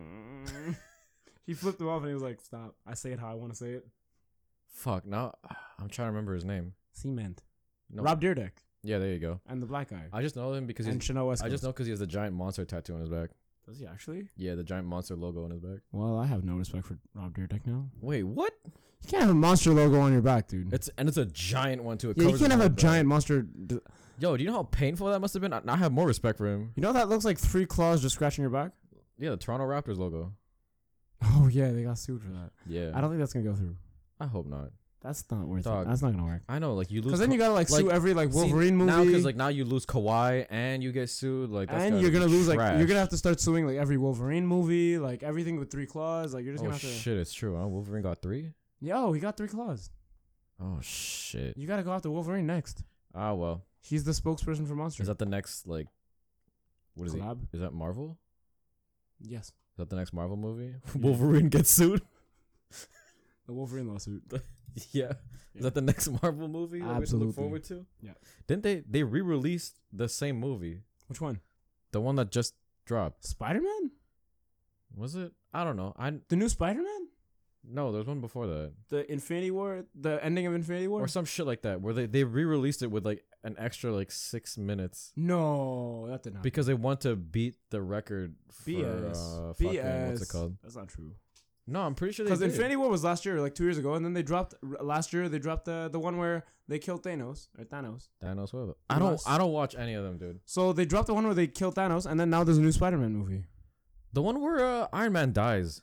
[SPEAKER 2] He flipped him off and he was like, Stop. I say it how I want to say it.
[SPEAKER 1] Fuck. Now I'm trying to remember his name.
[SPEAKER 2] Cement.
[SPEAKER 1] No.
[SPEAKER 2] Rob Dyrdek
[SPEAKER 1] Yeah. There you go.
[SPEAKER 2] and the black guy.
[SPEAKER 1] I just know him because he's.
[SPEAKER 2] and Chanel West.
[SPEAKER 1] I just know because he has the giant monster tattoo on his back.
[SPEAKER 2] Does he actually?
[SPEAKER 1] Yeah, the giant monster logo on his back.
[SPEAKER 2] Well, I have no respect for Rob Dyrdek now.
[SPEAKER 1] Wait, what?
[SPEAKER 2] You can't have a monster logo on your back, dude.
[SPEAKER 1] It's and it's a giant one too. It
[SPEAKER 2] yeah, you
[SPEAKER 1] covers his
[SPEAKER 2] can't have a
[SPEAKER 1] whole back.
[SPEAKER 2] giant monster. d-
[SPEAKER 1] Yo, do you know how painful that must have been? I, I have more respect for him.
[SPEAKER 2] You know that looks like three claws just scratching your back?
[SPEAKER 1] Yeah, the Toronto Raptors logo.
[SPEAKER 2] Oh yeah, they got sued for that.
[SPEAKER 1] Yeah.
[SPEAKER 2] I don't think that's gonna go through.
[SPEAKER 1] I hope not.
[SPEAKER 2] That's not worth
[SPEAKER 1] Dog.
[SPEAKER 2] it. That's not gonna work.
[SPEAKER 1] I know, like you lose.
[SPEAKER 2] Because then you gotta like, sue
[SPEAKER 1] like,
[SPEAKER 2] every like
[SPEAKER 1] See,
[SPEAKER 2] Wolverine movie.
[SPEAKER 1] now because like now you lose Kawhi and you get sued. Like that's
[SPEAKER 2] and
[SPEAKER 1] gotta
[SPEAKER 2] you're
[SPEAKER 1] be
[SPEAKER 2] gonna lose like
[SPEAKER 1] trash.
[SPEAKER 2] you're gonna have to start suing like every Wolverine movie, like everything with three claws. Like you're just
[SPEAKER 1] Oh
[SPEAKER 2] gonna have to.
[SPEAKER 1] shit, it's true. Huh? Wolverine got three.
[SPEAKER 2] Yo, he got three claws.
[SPEAKER 1] Oh shit.
[SPEAKER 2] You gotta go after Wolverine next.
[SPEAKER 1] Ah well.
[SPEAKER 2] He's the spokesperson for Monster.
[SPEAKER 1] Is that the next like? What is
[SPEAKER 2] Collab?
[SPEAKER 1] it? Is that Marvel?
[SPEAKER 2] Yes,
[SPEAKER 1] Is that the next Marvel movie? Wolverine gets sued.
[SPEAKER 2] the Wolverine lawsuit.
[SPEAKER 1] yeah. Is that the next Marvel movie that we have to
[SPEAKER 2] Absolutely.
[SPEAKER 1] look forward to?
[SPEAKER 2] Yeah.
[SPEAKER 1] Didn't they they re-released the same movie,
[SPEAKER 2] Which one?
[SPEAKER 1] the one that just dropped?
[SPEAKER 2] Spider Man?
[SPEAKER 1] Was it? I don't know. I
[SPEAKER 2] The new Spider Man?
[SPEAKER 1] no, there's one before that.
[SPEAKER 2] The Infinity War? The ending of Infinity War?
[SPEAKER 1] or some shit like that where they, they re-released it with like an extra like six minutes
[SPEAKER 2] no, that did not.
[SPEAKER 1] because they want to beat the record for
[SPEAKER 2] BS.
[SPEAKER 1] uh, fucking
[SPEAKER 2] BS.
[SPEAKER 1] what's it called
[SPEAKER 2] That's not true.
[SPEAKER 1] no i'm pretty sure they
[SPEAKER 2] Because
[SPEAKER 1] did.
[SPEAKER 2] Infinity War was last year, like two years ago, and then they dropped r- last year. They dropped the the one where they killed Thanos or Thanos.
[SPEAKER 1] Thanos, whatever. i don't
[SPEAKER 2] Unless-
[SPEAKER 1] i don't watch any of them dude
[SPEAKER 2] So they dropped the one where they killed Thanos, and then now there's a new Spider-Man movie.
[SPEAKER 1] the one where uh, iron man dies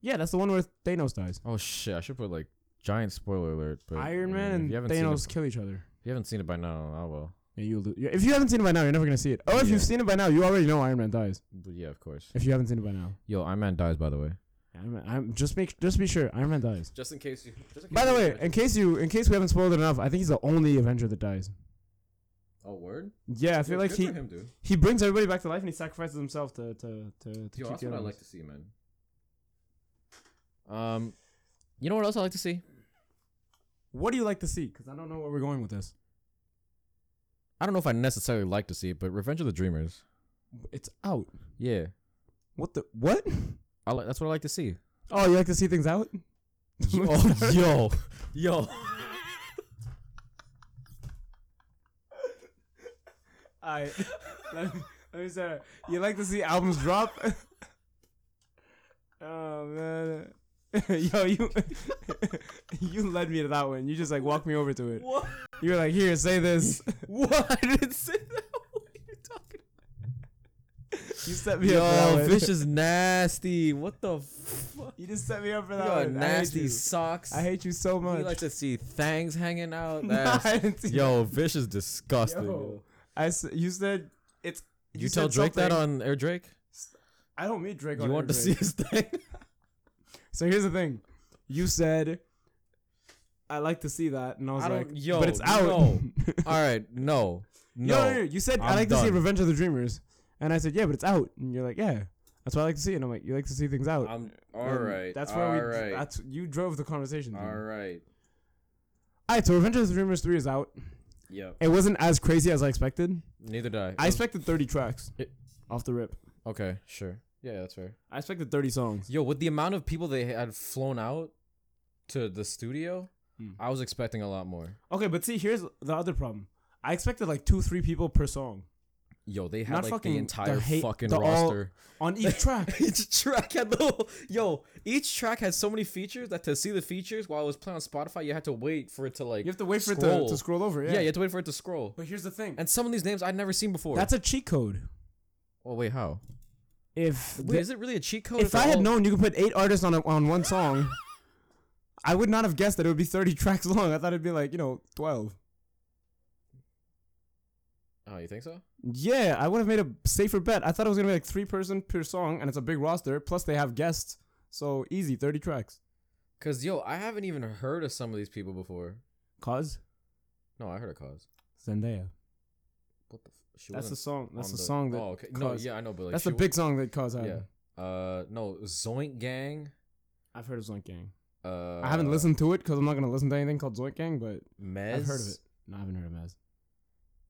[SPEAKER 2] Yeah, that's the one where Thanos dies.
[SPEAKER 1] oh shit i should put like giant spoiler alert but
[SPEAKER 2] Iron
[SPEAKER 1] Uh, I
[SPEAKER 2] Man
[SPEAKER 1] mean,
[SPEAKER 2] and
[SPEAKER 1] if you haven't seen it,
[SPEAKER 2] Thanos kill each other.
[SPEAKER 1] if you haven't seen it by now oh well
[SPEAKER 2] Yeah, you lo- yeah, if you haven't seen it by now, you're never gonna see it. Oh, if
[SPEAKER 1] Yeah.
[SPEAKER 2] you've seen it by now, you already know Iron Man dies.
[SPEAKER 1] but yeah of course
[SPEAKER 2] If you haven't seen it by now,
[SPEAKER 1] yo iron man dies by the way
[SPEAKER 2] Iron Man, I'm, just make just be sure Iron Man dies.
[SPEAKER 1] just in case you just
[SPEAKER 2] By the way, in case you in case we haven't spoiled it enough, I think he's the only Avenger that dies.
[SPEAKER 1] oh word
[SPEAKER 2] Yeah, I feel like he
[SPEAKER 1] him dude
[SPEAKER 2] he brings everybody back to life and he sacrifices himself to to to, to keep the others.
[SPEAKER 1] to see, man. Um, you know what else I like to see?
[SPEAKER 2] What do you like to see? Because I don't know where we're going with this.
[SPEAKER 1] I don't know if I necessarily like to see it, but Revenge of the Dreamers.
[SPEAKER 2] It's out.
[SPEAKER 1] Yeah,
[SPEAKER 2] What the what?
[SPEAKER 1] I like. That's what I like to see.
[SPEAKER 2] Oh, you like to see things out?
[SPEAKER 1] oh, yo, yo.
[SPEAKER 2] I let me, let me start. You like to see albums drop? oh man, yo, you you led me to that one. You just like walked me over to it.
[SPEAKER 1] What?
[SPEAKER 2] You were like, here, say this.
[SPEAKER 1] What? I didn't say that. What are you talking?
[SPEAKER 2] You set me up for
[SPEAKER 1] Yo,
[SPEAKER 2] that
[SPEAKER 1] Fish
[SPEAKER 2] one.
[SPEAKER 1] is nasty. What the fuck?
[SPEAKER 2] You just set me up for that
[SPEAKER 1] Yo,
[SPEAKER 2] one. I hate
[SPEAKER 1] nasty
[SPEAKER 2] you.
[SPEAKER 1] socks.
[SPEAKER 2] I hate you so
[SPEAKER 1] You
[SPEAKER 2] much.
[SPEAKER 1] like to see thangs hanging out.
[SPEAKER 2] No,
[SPEAKER 1] That's-
[SPEAKER 2] I didn't see
[SPEAKER 1] yo, Fish is disgusting.
[SPEAKER 2] Yo, I s- you said it's.
[SPEAKER 1] You, tell
[SPEAKER 2] said
[SPEAKER 1] Drake that
[SPEAKER 2] something.
[SPEAKER 1] on Air Drake?
[SPEAKER 2] I don't meet Drake.
[SPEAKER 1] You
[SPEAKER 2] on
[SPEAKER 1] want
[SPEAKER 2] Air
[SPEAKER 1] to see
[SPEAKER 2] Drake.
[SPEAKER 1] his thing?
[SPEAKER 2] So here's the thing. you said, I like to see that, and I was
[SPEAKER 1] I
[SPEAKER 2] like,
[SPEAKER 1] don't- yo,
[SPEAKER 2] but it's out.
[SPEAKER 1] no. All right, no,
[SPEAKER 2] Yo, no, no,
[SPEAKER 1] no.
[SPEAKER 2] you said i
[SPEAKER 1] I'm
[SPEAKER 2] like to see
[SPEAKER 1] done.
[SPEAKER 2] Revenge of the Dreamers, and I said yeah, but it's out, and you're like yeah, that's what I like to see, and I'm like you like to see things out.
[SPEAKER 1] I'm all
[SPEAKER 2] And
[SPEAKER 1] right.
[SPEAKER 2] That's
[SPEAKER 1] That's
[SPEAKER 2] where
[SPEAKER 1] all
[SPEAKER 2] we.
[SPEAKER 1] right.
[SPEAKER 2] That's you drove the conversation.
[SPEAKER 1] all right.
[SPEAKER 2] All right, so Revenge of the Dreamers three is out.
[SPEAKER 1] Yep.
[SPEAKER 2] It wasn't as crazy as I expected.
[SPEAKER 1] Neither did I.
[SPEAKER 2] I
[SPEAKER 1] It was-
[SPEAKER 2] expected 30 tracks
[SPEAKER 1] It-
[SPEAKER 2] off the rip.
[SPEAKER 1] okay, sure. Yeah, that's fair.
[SPEAKER 2] I expected 30 songs.
[SPEAKER 1] Yo, with the amount of people they had flown out to the studio,
[SPEAKER 2] Hmm.
[SPEAKER 1] I was expecting a lot more.
[SPEAKER 2] Okay, but see, here's the other problem. I expected like two, three people per song
[SPEAKER 1] Yo, they had
[SPEAKER 2] Not
[SPEAKER 1] like
[SPEAKER 2] fucking-
[SPEAKER 1] the entire
[SPEAKER 2] the hate-
[SPEAKER 1] fucking
[SPEAKER 2] the all-
[SPEAKER 1] roster.
[SPEAKER 2] on each track.
[SPEAKER 1] each track had the whole, yo. Each track had so many features that to see the features while it was playing on Spotify, you had to wait for it to like.
[SPEAKER 2] You have to wait for it to,
[SPEAKER 1] Scroll.
[SPEAKER 2] to scroll over. Yeah.
[SPEAKER 1] yeah. you had to wait for it to scroll.
[SPEAKER 2] But here's the thing.
[SPEAKER 1] And some of these names I'd never seen before.
[SPEAKER 2] That's a cheat code.
[SPEAKER 1] oh wait, how?
[SPEAKER 2] If
[SPEAKER 1] Wait,
[SPEAKER 2] the-
[SPEAKER 1] is it really a cheat code?
[SPEAKER 2] if
[SPEAKER 1] they're
[SPEAKER 2] I had
[SPEAKER 1] all-
[SPEAKER 2] known you could put eight artists on a, on one song, I would not have guessed that it would be 30 tracks long. I thought it'd be like you know 12.
[SPEAKER 1] oh, you think so?
[SPEAKER 2] Yeah, I would have made a safer bet. I thought it was gonna be like three person per song, and it's a big roster. Plus they have guests, so easy 30 tracks.
[SPEAKER 1] Cause yo, I haven't even heard of some of these people before.
[SPEAKER 2] Cause
[SPEAKER 1] No, I heard of Cause.
[SPEAKER 2] Zendaya.
[SPEAKER 1] What the? F- she
[SPEAKER 2] That's the
[SPEAKER 1] wasn't
[SPEAKER 2] song. That's
[SPEAKER 1] on
[SPEAKER 2] the song that.
[SPEAKER 1] Oh, okay. No,
[SPEAKER 2] Cause-
[SPEAKER 1] yeah, I know, but like
[SPEAKER 2] that's
[SPEAKER 1] she
[SPEAKER 2] the big song that Cause had.
[SPEAKER 1] w- Yeah. Uh, no, Zoink Gang.
[SPEAKER 2] I've heard of Zoink Gang.
[SPEAKER 1] Uh,
[SPEAKER 2] I haven't listened to it because I'm not gonna listen to anything called Zoink Gang, but
[SPEAKER 1] Mez.
[SPEAKER 2] I've heard of it. No, I haven't heard of Maz.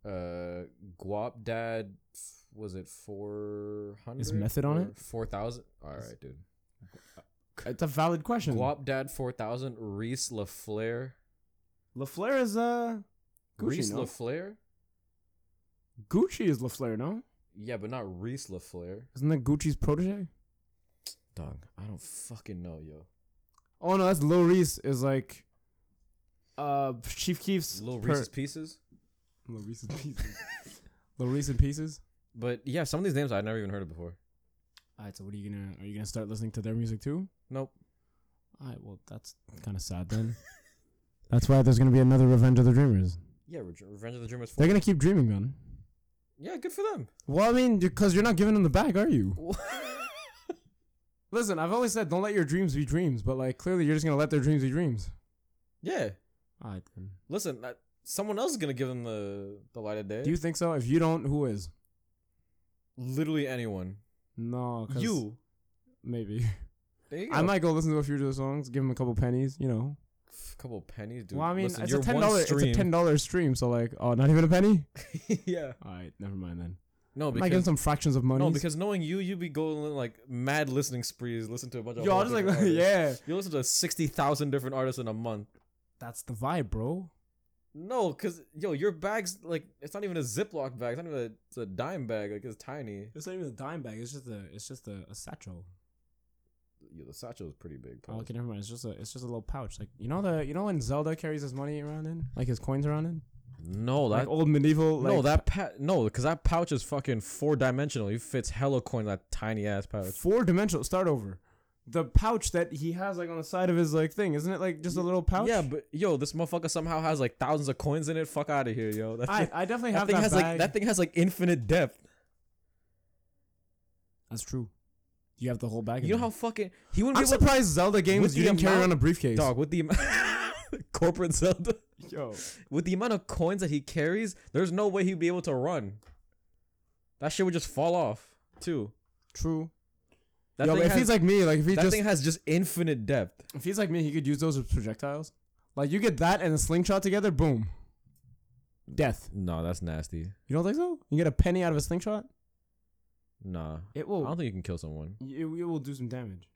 [SPEAKER 1] Uh, Guap Dad. f- Was it four hundred?
[SPEAKER 2] Method on it?
[SPEAKER 1] Four thousand. All right, dude.
[SPEAKER 2] It's a valid question.
[SPEAKER 1] Guap Dad four thousand. Reese LaFleur.
[SPEAKER 2] Lafleur is uh Gucci,
[SPEAKER 1] Reese
[SPEAKER 2] no?
[SPEAKER 1] LaFleur.
[SPEAKER 2] Gucci is Lafleur, no?
[SPEAKER 1] Yeah, but not Reese LaFleur.
[SPEAKER 2] Isn't that Gucci's protege?
[SPEAKER 1] Dog, I don't fucking know, yo.
[SPEAKER 2] Oh no, that's Lil Reese is like uh Chief Keef's
[SPEAKER 1] Little
[SPEAKER 2] per-
[SPEAKER 1] Reese's Pieces.
[SPEAKER 2] Lil Reese in pieces. Lil Reese in pieces.
[SPEAKER 1] But yeah, some of these names I'd never even heard of before.
[SPEAKER 2] Alright, so what are you gonna are you gonna start listening to their music too?
[SPEAKER 1] Nope.
[SPEAKER 2] Alright, well that's kinda sad then. that's why there's gonna be another Revenge of the Dreamers.
[SPEAKER 1] Yeah, Re- Revenge of the Dreamers. 4.
[SPEAKER 2] They're gonna keep dreaming man.
[SPEAKER 1] yeah, good for them.
[SPEAKER 2] Well, I mean, because you're not giving them the bag, are you? Listen, I've always said don't let your dreams be dreams, but like clearly you're just gonna let their dreams be dreams.
[SPEAKER 1] yeah.
[SPEAKER 2] Alright then.
[SPEAKER 1] Listen, I, someone else is gonna give them the the light of day.
[SPEAKER 2] Do you think so? If you don't, who is?
[SPEAKER 1] Literally anyone.
[SPEAKER 2] No, 'cause
[SPEAKER 1] You.
[SPEAKER 2] maybe.
[SPEAKER 1] There you go.
[SPEAKER 2] I might go listen to a few of those songs, give them a couple pennies, you know.
[SPEAKER 1] F- couple pennies, dude.
[SPEAKER 2] well, I mean,
[SPEAKER 1] Listen,
[SPEAKER 2] it's a
[SPEAKER 1] you're
[SPEAKER 2] ten
[SPEAKER 1] one
[SPEAKER 2] dollar, it's a
[SPEAKER 1] stream.
[SPEAKER 2] ten dollar stream, so like, oh, not even a penny.
[SPEAKER 1] yeah.
[SPEAKER 2] All right, never mind then.
[SPEAKER 1] No,
[SPEAKER 2] Am I getting
[SPEAKER 1] because
[SPEAKER 2] some fractions of money?
[SPEAKER 1] no, because knowing you, you'd be going on, like mad listening sprees. Listen to a bunch of.
[SPEAKER 2] yo,
[SPEAKER 1] whole
[SPEAKER 2] I was like,
[SPEAKER 1] different artists.
[SPEAKER 2] yeah,
[SPEAKER 1] You listen to sixty thousand different artists in a month.
[SPEAKER 2] that's the vibe, bro.
[SPEAKER 1] No, cause yo, your bag's like it's not even a Ziploc bag. It's not even a, it's a dime bag. Like it's tiny.
[SPEAKER 2] It's not even a dime bag. It's just a, it's just a, a satchel.
[SPEAKER 1] Yo, the satchel is pretty big.
[SPEAKER 2] Oh,
[SPEAKER 1] pause.
[SPEAKER 2] okay, never mind. It's just a, it's just a little pouch. Like you know the, you know when Zelda carries his money around in, like his coins around in,
[SPEAKER 1] No, that
[SPEAKER 2] like old medieval. Like,
[SPEAKER 1] no that pa- no, cause that pouch is fucking four dimensional. You fits hella coin in that tiny ass pouch.
[SPEAKER 2] four dimensional. Start over. The pouch that he has like on the side of his like thing, isn't it like just a little pouch?
[SPEAKER 1] Yeah, but yo, this motherfucker somehow has like thousands of coins in it. Fuck out of here, yo. That,
[SPEAKER 2] I,
[SPEAKER 1] thing-
[SPEAKER 2] I definitely
[SPEAKER 1] that
[SPEAKER 2] have
[SPEAKER 1] thing
[SPEAKER 2] that
[SPEAKER 1] has
[SPEAKER 2] bag.
[SPEAKER 1] like that thing has like infinite depth.
[SPEAKER 2] That's true. You have the whole bag. in
[SPEAKER 1] You know
[SPEAKER 2] there.
[SPEAKER 1] how fucking he wouldn't
[SPEAKER 2] I'm
[SPEAKER 1] be able
[SPEAKER 2] surprised Zelda games
[SPEAKER 1] with
[SPEAKER 2] you
[SPEAKER 1] the
[SPEAKER 2] didn't carry
[SPEAKER 1] amount-
[SPEAKER 2] around a briefcase.
[SPEAKER 1] to dog with the am- corporate Zelda
[SPEAKER 2] Yo,
[SPEAKER 1] with the amount of coins that he carries. There's no way he'd be able to run. That shit would just fall off too.
[SPEAKER 2] true.
[SPEAKER 1] That
[SPEAKER 2] Yo,
[SPEAKER 1] thing
[SPEAKER 2] but if
[SPEAKER 1] has,
[SPEAKER 2] he's like me, like if he
[SPEAKER 1] that
[SPEAKER 2] just
[SPEAKER 1] thing has just infinite depth.
[SPEAKER 2] if he's like me, he could use those as projectiles. Like you get that and a slingshot together, boom, death.
[SPEAKER 1] No, that's nasty.
[SPEAKER 2] You don't think so? You get a penny out of a slingshot,
[SPEAKER 1] Nah,
[SPEAKER 2] it
[SPEAKER 1] I
[SPEAKER 2] will
[SPEAKER 1] don't think you can kill someone.
[SPEAKER 2] it, it will do some damage,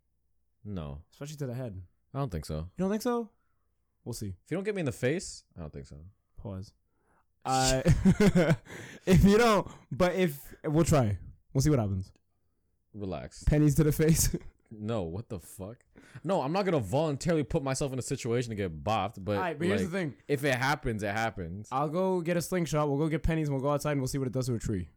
[SPEAKER 1] No,
[SPEAKER 2] especially to the head. You
[SPEAKER 1] I don't think so.
[SPEAKER 2] don't think so? We'll see.
[SPEAKER 1] If you don't get me in the face, I don't think so.
[SPEAKER 2] Pause. Uh, if you don't, but if we'll try, we'll see what happens.
[SPEAKER 1] Relax.
[SPEAKER 2] Pennies to the face.
[SPEAKER 1] No, what the fuck? No, I'm not gonna voluntarily put myself in a situation to get bopped. But,
[SPEAKER 2] All right, but here's
[SPEAKER 1] like,
[SPEAKER 2] the thing.
[SPEAKER 1] if it happens, it happens.
[SPEAKER 2] I'll go get a slingshot. We'll go get pennies. and We'll go outside and we'll see what it does to a tree.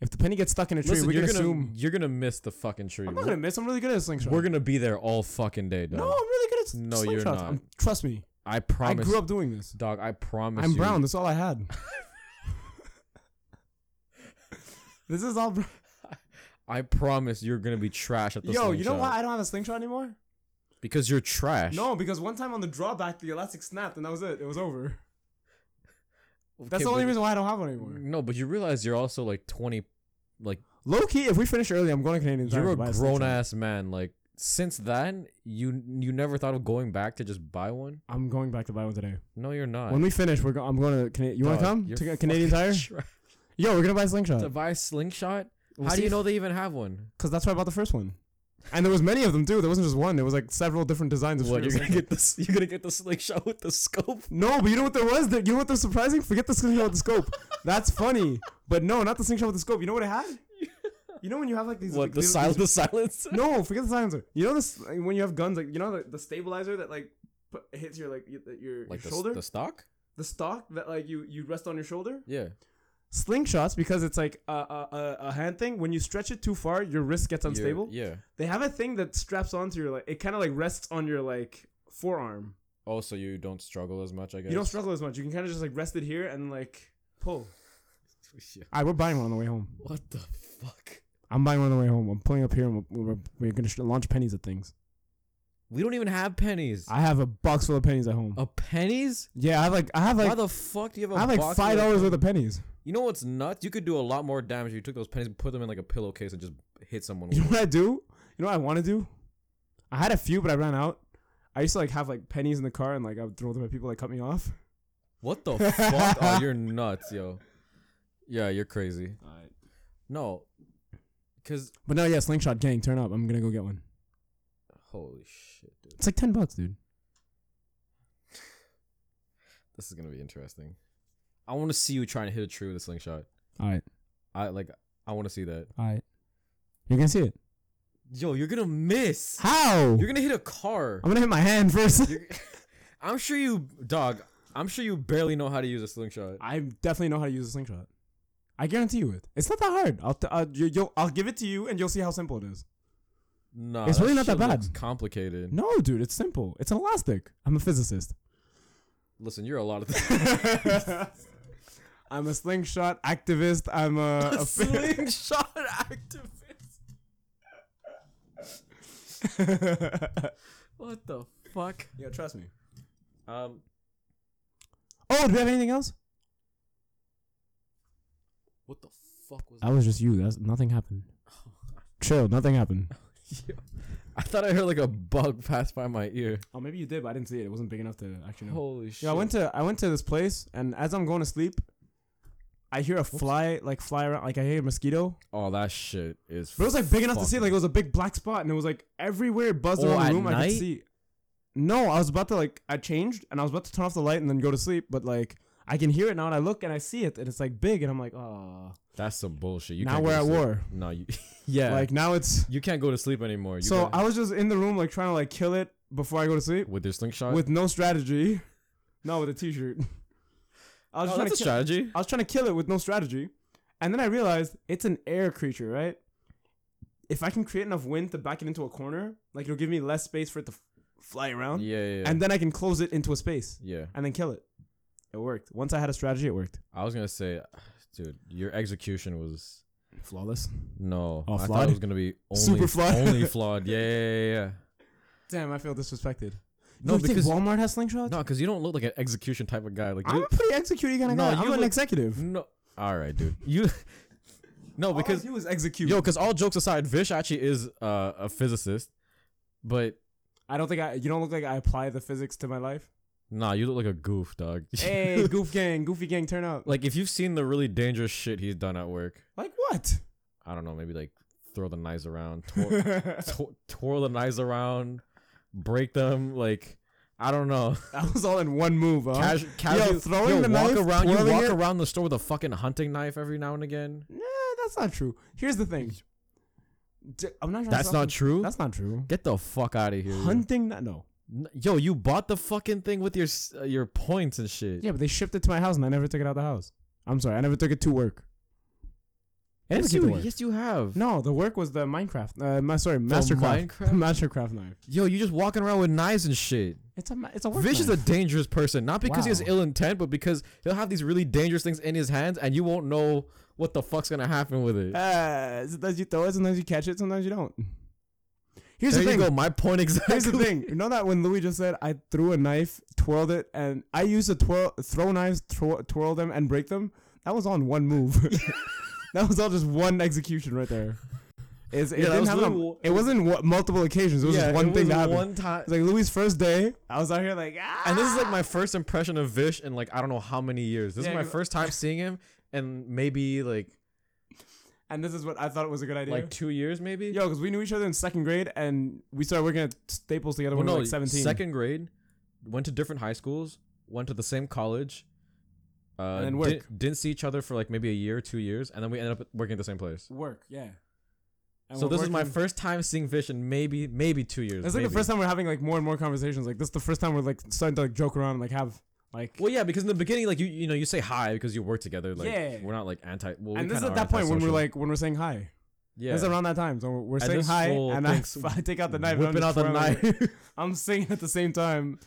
[SPEAKER 2] If the penny gets stuck in a tree,
[SPEAKER 1] Listen,
[SPEAKER 2] we
[SPEAKER 1] you're
[SPEAKER 2] can
[SPEAKER 1] gonna
[SPEAKER 2] assume.
[SPEAKER 1] you're gonna miss the fucking tree.
[SPEAKER 2] I'm not gonna miss. I'm really good at a
[SPEAKER 1] We're-
[SPEAKER 2] slingshot.
[SPEAKER 1] We're gonna be there all fucking day, dog.
[SPEAKER 2] no, I'm really good at s-
[SPEAKER 1] No,
[SPEAKER 2] slingshots.
[SPEAKER 1] you're not.
[SPEAKER 2] I'm- trust me.
[SPEAKER 1] I promise,
[SPEAKER 2] I grew up doing this.
[SPEAKER 1] dog. I promise.
[SPEAKER 2] I'm
[SPEAKER 1] you.
[SPEAKER 2] brown. That's all I had. this is all. Br-
[SPEAKER 1] I promise you're gonna be trash at the
[SPEAKER 2] Yo, you know
[SPEAKER 1] slingshot.
[SPEAKER 2] why I don't have a slingshot anymore?
[SPEAKER 1] because you're trash.
[SPEAKER 2] No, because one time on the drawback, the elastic snapped, and that was it. It was over. That's
[SPEAKER 1] Okay,
[SPEAKER 2] the only
[SPEAKER 1] but-
[SPEAKER 2] reason why I don't have one anymore.
[SPEAKER 1] No, but you realize you're also like 20, like
[SPEAKER 2] Low key, if we finish early, I'm going to Canadian Tire
[SPEAKER 1] you're
[SPEAKER 2] to
[SPEAKER 1] a
[SPEAKER 2] buy stick
[SPEAKER 1] grown
[SPEAKER 2] shirt.
[SPEAKER 1] ass man. Like since then, you you never thought of going back to just buy one.
[SPEAKER 2] I'm going back to buy one today.
[SPEAKER 1] No, you're not.
[SPEAKER 2] When we finish, we're go- I'm going to Canadian. You want
[SPEAKER 1] Dog,
[SPEAKER 2] to come
[SPEAKER 1] you're
[SPEAKER 2] to Canadian Tire?
[SPEAKER 1] fucking
[SPEAKER 2] Yo, we're gonna buy a
[SPEAKER 1] trash. to
[SPEAKER 2] slingshot.
[SPEAKER 1] buy a slingshot. How do you know they even have one?
[SPEAKER 2] Because that's why I bought the first one. And there was many of them too. There wasn't just one. There was like several different designs of
[SPEAKER 1] What
[SPEAKER 2] shirts.
[SPEAKER 1] you're gonna get this? You're gonna get the slingshot with the scope?
[SPEAKER 2] No, but you know what there was? There, you know what was surprising? Forget the slingshot with the scope. That's funny. But no, not the slingshot with the scope. You know what it had? You know when you have like these.
[SPEAKER 1] What
[SPEAKER 2] like,
[SPEAKER 1] the
[SPEAKER 2] these-
[SPEAKER 1] silence?
[SPEAKER 2] these-
[SPEAKER 1] The silence?
[SPEAKER 2] No, forget the silencer. You know this like, when you have guns, like you know the, the stabilizer that like put, hits your like your, your,
[SPEAKER 1] Like the,
[SPEAKER 2] your
[SPEAKER 1] s-
[SPEAKER 2] shoulder,
[SPEAKER 1] the
[SPEAKER 2] the,
[SPEAKER 1] stock?
[SPEAKER 2] stock that like you you rest on your shoulder.
[SPEAKER 1] Yeah.
[SPEAKER 2] Slingshots because it's like a, a a- a hand thing. When you stretch it too far, your wrist gets
[SPEAKER 1] You're-
[SPEAKER 2] unstable.
[SPEAKER 1] Yeah.
[SPEAKER 2] They have a thing that straps onto your like it kind of like rests on your like forearm.
[SPEAKER 1] Oh, so you don't struggle as much, I guess.
[SPEAKER 2] You don't struggle as much. You can kind of just like rest it here and like pull.
[SPEAKER 1] Yeah.
[SPEAKER 2] I we're buying one on the way home.
[SPEAKER 1] What the fuck?
[SPEAKER 2] I'm buying one on the way home. I'm pulling up here and we're, we're, we're gonna sh- launch pennies at things.
[SPEAKER 1] We don't even have pennies.
[SPEAKER 2] I have a box full of pennies at home.
[SPEAKER 1] a pennies?
[SPEAKER 2] Yeah, I have like I have
[SPEAKER 1] Why
[SPEAKER 2] like
[SPEAKER 1] the fuck do you have a
[SPEAKER 2] I have like
[SPEAKER 1] box
[SPEAKER 2] five dollars worth of pennies.
[SPEAKER 1] You know what's nuts? You could do a lot more damage if you took those pennies and put them in like a pillowcase and just hit someone.
[SPEAKER 2] You
[SPEAKER 1] With.
[SPEAKER 2] know what I do? You know what I want to do? I had a few, but I ran out. I used to like have like pennies in the car and like I would throw them at people like cut me off.
[SPEAKER 1] What the fuck? Oh, you're nuts, yo. Yeah, you're crazy. No, because
[SPEAKER 2] But no, yeah, slingshot gang, turn up. I'm gonna go get one.
[SPEAKER 1] holy shit, dude,
[SPEAKER 2] It's like ten bucks, dude.
[SPEAKER 1] this is gonna be interesting. I want to see you trying to hit a tree with a slingshot.
[SPEAKER 2] All right,
[SPEAKER 1] I like. I want to see that.
[SPEAKER 2] all right. You're gonna see it.
[SPEAKER 1] Yo, you're gonna miss.
[SPEAKER 2] How?
[SPEAKER 1] You're gonna hit a car.
[SPEAKER 2] I'm gonna hit my hand first.
[SPEAKER 1] You're- I'm sure you, dog. I'm sure you barely know how to use a slingshot.
[SPEAKER 2] I definitely know how to use a slingshot. I guarantee you it. It's not that hard. I'll t- uh, you, you'll, I'll give it to you, and you'll see how simple it is.
[SPEAKER 1] No,
[SPEAKER 2] It's really not that
[SPEAKER 1] shit looks
[SPEAKER 2] bad.
[SPEAKER 1] Complicated.
[SPEAKER 2] No, dude, it's simple. It's an elastic. I'm a physicist.
[SPEAKER 1] Listen, you're a lot of
[SPEAKER 2] I'm a slingshot activist. I'm a, a
[SPEAKER 1] slingshot activist. What the fuck?
[SPEAKER 2] yeah, trust me.
[SPEAKER 1] Um,
[SPEAKER 2] Oh, do we have anything else?
[SPEAKER 1] what the fuck was
[SPEAKER 2] That was just you. That's nothing happened. Chill, nothing happened.
[SPEAKER 1] that? I thought I heard like a bug pass by my ear.
[SPEAKER 2] Oh, maybe you did, but I didn't see it. It wasn't big enough to actually know.
[SPEAKER 1] Holy shit!
[SPEAKER 2] Yeah, I went to I went to this place, and as I'm going to sleep, I hear a fly like fly around, like I hear a mosquito.
[SPEAKER 1] oh, that shit is.
[SPEAKER 2] But it was like big enough to see,
[SPEAKER 1] fucking-
[SPEAKER 2] like it was a big black spot, and it was like everywhere it buzzed
[SPEAKER 1] Oh,
[SPEAKER 2] around
[SPEAKER 1] at
[SPEAKER 2] the room. I
[SPEAKER 1] night?
[SPEAKER 2] could see. No, I was about to like I changed, and I was about to turn off the light and then go to sleep, but like I can hear it now, and I look and I see it, and it's like big, and I'm like, oh,
[SPEAKER 1] That's some bullshit. You
[SPEAKER 2] now
[SPEAKER 1] can't
[SPEAKER 2] we're
[SPEAKER 1] go
[SPEAKER 2] at
[SPEAKER 1] to sleep.
[SPEAKER 2] war.
[SPEAKER 1] No, you. yeah.
[SPEAKER 2] Like now it's
[SPEAKER 1] you can't go to sleep anymore. You
[SPEAKER 2] so
[SPEAKER 1] got-
[SPEAKER 2] I was just in the room like trying to like kill it before I go to sleep
[SPEAKER 1] with your slingshot.
[SPEAKER 2] with no strategy, no with a t-shirt. I was
[SPEAKER 1] oh,
[SPEAKER 2] just trying
[SPEAKER 1] that's a
[SPEAKER 2] to kill-
[SPEAKER 1] strategy.
[SPEAKER 2] I was trying to kill it with no strategy. And then I realized it's an air creature, right? If I can create enough wind to back it into a corner, like it'll give me less space for it to f- fly around.
[SPEAKER 1] Yeah, yeah. yeah.
[SPEAKER 2] And then I can close it into a space
[SPEAKER 1] yeah.
[SPEAKER 2] and then kill it. It worked. Once I had a strategy, it worked.
[SPEAKER 1] I was gonna say, dude, your execution was
[SPEAKER 2] Flawless.
[SPEAKER 1] no.
[SPEAKER 2] Oh,
[SPEAKER 1] I thought
[SPEAKER 2] flawed?
[SPEAKER 1] it was gonna be only,
[SPEAKER 2] Super flawed.
[SPEAKER 1] only flawed. Yeah, yeah, yeah. yeah.
[SPEAKER 2] Damn, I feel disrespected.
[SPEAKER 1] No,
[SPEAKER 2] No, you
[SPEAKER 1] because
[SPEAKER 2] think Walmart has slingshots?
[SPEAKER 1] no, because you don't look like an execution type of guy. Like
[SPEAKER 2] I'm
[SPEAKER 1] you,
[SPEAKER 2] a pretty executing kind of
[SPEAKER 1] No,
[SPEAKER 2] guy. I'm
[SPEAKER 1] you
[SPEAKER 2] an
[SPEAKER 1] look-
[SPEAKER 2] executive.
[SPEAKER 1] no. All right, dude. You no because
[SPEAKER 2] you was execute.
[SPEAKER 1] yo, because all jokes aside, Vish actually is uh, a physicist, but
[SPEAKER 2] I don't think I. You don't look like I apply the physics to my life.
[SPEAKER 1] nah, you look like a goof, dog.
[SPEAKER 2] hey, Goof Gang, Goofy Gang, turn up.
[SPEAKER 1] like if you've seen the really dangerous shit he's done at work,
[SPEAKER 2] Like what?
[SPEAKER 1] I don't know, maybe like throw the knives around, twirl, tw- twirl the knives around, break them, like I don't know.
[SPEAKER 2] That was all in one move, huh?
[SPEAKER 1] Casu- casual-
[SPEAKER 2] throwing the
[SPEAKER 1] walk
[SPEAKER 2] knife,
[SPEAKER 1] around, you
[SPEAKER 2] twirling
[SPEAKER 1] walk
[SPEAKER 2] it.
[SPEAKER 1] around the store with a fucking hunting knife every now and again.
[SPEAKER 2] nah, that's not true. Here's the thing. D- I'm not. trying to
[SPEAKER 1] That's
[SPEAKER 2] sound-
[SPEAKER 1] not true.
[SPEAKER 2] That's not true.
[SPEAKER 1] Get the fuck out of here. yo.
[SPEAKER 2] Hunting, not, no.
[SPEAKER 1] N- Yo, you bought the fucking thing with your s- uh, your points and shit.
[SPEAKER 2] Yeah, but they shipped it to my house, and I never took it out the house. I'm sorry, I never took it to work. I never
[SPEAKER 1] yes,
[SPEAKER 2] took it to
[SPEAKER 1] you,
[SPEAKER 2] work.
[SPEAKER 1] yes, you have.
[SPEAKER 2] No, the work was the Minecraft. Uh, my, sorry, Mastercraft.
[SPEAKER 1] Minecraft?
[SPEAKER 2] Mastercraft knife.
[SPEAKER 1] Yo, you just walking around with knives and shit.
[SPEAKER 2] It's a ma- it's a work.
[SPEAKER 1] Vish is a
[SPEAKER 2] knife.
[SPEAKER 1] dangerous person, not because he has
[SPEAKER 2] Wow.
[SPEAKER 1] ill intent, but because he'll have these really dangerous things in his hands, and you won't know what the fuck's gonna happen with it.
[SPEAKER 2] Uh, sometimes you throw it, sometimes you catch it, sometimes you don't. Here's
[SPEAKER 1] there
[SPEAKER 2] the
[SPEAKER 1] you
[SPEAKER 2] thing.
[SPEAKER 1] go. My point exactly.
[SPEAKER 2] Here's the thing. You know that when Louis just said I threw a knife, twirled it, and I used to twirl, throw knives, twirl, twirl them, and break them. That was on one move. that was all just one execution right there. It's, it
[SPEAKER 1] Yeah, that
[SPEAKER 2] didn't
[SPEAKER 1] was
[SPEAKER 2] happen. on-
[SPEAKER 1] literally-
[SPEAKER 2] it wasn't wa- multiple occasions. It was
[SPEAKER 1] Yeah,
[SPEAKER 2] just one
[SPEAKER 1] it
[SPEAKER 2] thing
[SPEAKER 1] was
[SPEAKER 2] that happened.
[SPEAKER 1] One time.
[SPEAKER 2] It's like Louis' first day. I was out here like, ah.
[SPEAKER 1] And this is like my first impression of Vish in like I don't know how many years. This
[SPEAKER 2] Yeah,
[SPEAKER 1] is my
[SPEAKER 2] you-
[SPEAKER 1] first time seeing him, and maybe like
[SPEAKER 2] "Ah!" and this is what I thought was a good idea.
[SPEAKER 1] like two years maybe.
[SPEAKER 2] Yo, because we knew each other in second grade, and we started working at Staples together
[SPEAKER 1] Well,
[SPEAKER 2] when
[SPEAKER 1] no,
[SPEAKER 2] we were like 17.
[SPEAKER 1] second grade, went to different high schools, went to the same college, uh,
[SPEAKER 2] And then
[SPEAKER 1] Didn't, didn't see each other for like maybe a year, two years, and then we ended up working at the same place.
[SPEAKER 2] work, yeah. And
[SPEAKER 1] so
[SPEAKER 2] we're
[SPEAKER 1] this is my
[SPEAKER 2] working-
[SPEAKER 1] first time seeing Vish in maybe maybe two years.
[SPEAKER 2] It's like the
[SPEAKER 1] maybe.
[SPEAKER 2] first time we're having like more and more conversations. Like this is the first time we're like starting to like joke around and like have like.
[SPEAKER 1] Well, yeah, because in the beginning, like you, you know, you say hi because you work together. Like,
[SPEAKER 2] Yeah.
[SPEAKER 1] we're not like anti. Well, we
[SPEAKER 2] and this is
[SPEAKER 1] kinda
[SPEAKER 2] at
[SPEAKER 1] are
[SPEAKER 2] that point when we're
[SPEAKER 1] antisocial.
[SPEAKER 2] like when we're saying hi.
[SPEAKER 1] yeah,
[SPEAKER 2] It's around that time, so we're, we're
[SPEAKER 1] And
[SPEAKER 2] saying
[SPEAKER 1] this
[SPEAKER 2] hi,
[SPEAKER 1] whole
[SPEAKER 2] and I,
[SPEAKER 1] thing's
[SPEAKER 2] I take out the knife, and I'm
[SPEAKER 1] whipping out
[SPEAKER 2] just
[SPEAKER 1] the
[SPEAKER 2] twirling it.
[SPEAKER 1] knife.
[SPEAKER 2] I'm singing at the same time.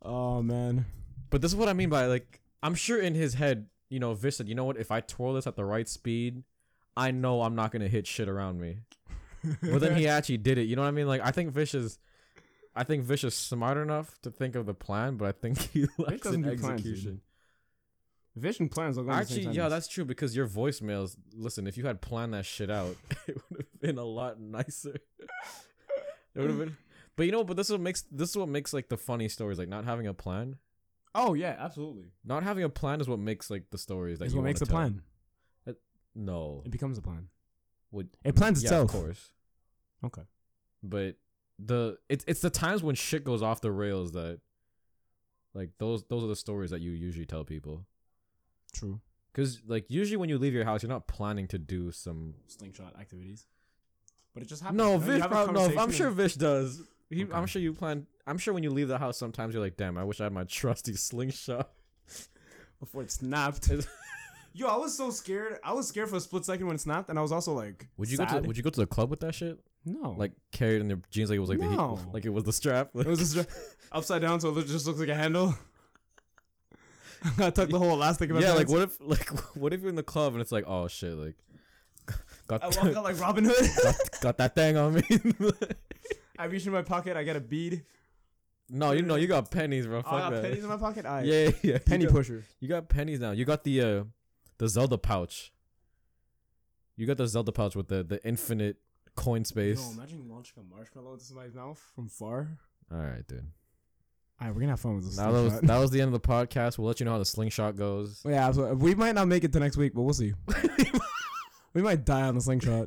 [SPEAKER 2] Oh man,
[SPEAKER 1] But this is what I mean by like I'm sure in his head, you know, Vish said, you know what, if I twirl this at the right speed, I know I'm not gonna hit shit around me. but then he actually did it. You know what I mean? Like I think Vish is I think Vish is smart enough to think of the plan, but I think he lacks
[SPEAKER 2] doesn't
[SPEAKER 1] in
[SPEAKER 2] do plans, dude.
[SPEAKER 1] execution.
[SPEAKER 2] vision plans are going at the same
[SPEAKER 1] Actually,
[SPEAKER 2] time.
[SPEAKER 1] yeah, that's true because your voicemails, listen, if you had planned that shit out, it would have been a lot nicer. it would have been But you know, but this is what makes this is what makes like the funny stories, like not having a plan.
[SPEAKER 2] oh yeah, absolutely.
[SPEAKER 1] Not having a plan is what makes like the stories that
[SPEAKER 2] That's
[SPEAKER 1] you
[SPEAKER 2] what
[SPEAKER 1] wanna
[SPEAKER 2] makes a
[SPEAKER 1] tell.
[SPEAKER 2] plan.
[SPEAKER 1] No,
[SPEAKER 2] It becomes a plan.
[SPEAKER 1] would
[SPEAKER 2] It plans
[SPEAKER 1] yeah, of
[SPEAKER 2] itself.
[SPEAKER 1] course.
[SPEAKER 2] Okay.
[SPEAKER 1] But the it's it's the times when shit goes off the rails that, like those those are the stories that you usually tell people.
[SPEAKER 2] True.
[SPEAKER 1] Cause like usually when you leave your house, you're not planning to do some.
[SPEAKER 2] Slingshot activities. But it just
[SPEAKER 1] No, Vish. prob- No, I'm sure
[SPEAKER 2] Vish
[SPEAKER 1] Vish does. He,
[SPEAKER 2] Okay.
[SPEAKER 1] I'm sure you plan. I'm sure when you leave the house, sometimes you're like, "Damn, I wish I had my trusty slingshot."
[SPEAKER 2] before it snapped.
[SPEAKER 1] It's-
[SPEAKER 2] Yo, I was so scared. I was scared for a split second when it snapped, and I was also like,
[SPEAKER 1] Would you go to
[SPEAKER 2] sad.
[SPEAKER 1] the, Would you go to the club with that shit?
[SPEAKER 2] no,
[SPEAKER 1] Like carried in your jeans, like it was like the
[SPEAKER 2] No.
[SPEAKER 1] heat, like it was the strap.
[SPEAKER 2] it was just upside down, so it lo- just looks like a handle. I tucked the whole elastic. In my
[SPEAKER 1] yeah, like
[SPEAKER 2] pants.
[SPEAKER 1] what if like what if you're in the club and it's like, oh shit, like got
[SPEAKER 2] I walk out like Robin Hood.
[SPEAKER 1] got, got that thing on me.
[SPEAKER 2] I reach in my pocket. I got a bead.
[SPEAKER 1] no, you know you got pennies, bro.
[SPEAKER 2] Oh,
[SPEAKER 1] Fuck
[SPEAKER 2] I got
[SPEAKER 1] that.
[SPEAKER 2] pennies in my pocket. I
[SPEAKER 1] yeah, yeah, yeah.
[SPEAKER 2] penny
[SPEAKER 1] you got,
[SPEAKER 2] pusher.
[SPEAKER 1] you got pennies now. You got the uh the Zelda pouch. You got the Zelda pouch with the the infinite coin space.
[SPEAKER 2] imagine launching a marshmallow into somebody's mouth from far.
[SPEAKER 1] All right, dude.
[SPEAKER 2] All right, we're gonna have fun with this.
[SPEAKER 1] Now that was that was the end of the podcast. We'll let you know how the slingshot goes.
[SPEAKER 2] yeah, absolutely. we might not make it to next week, but we'll see. we might die on the slingshot.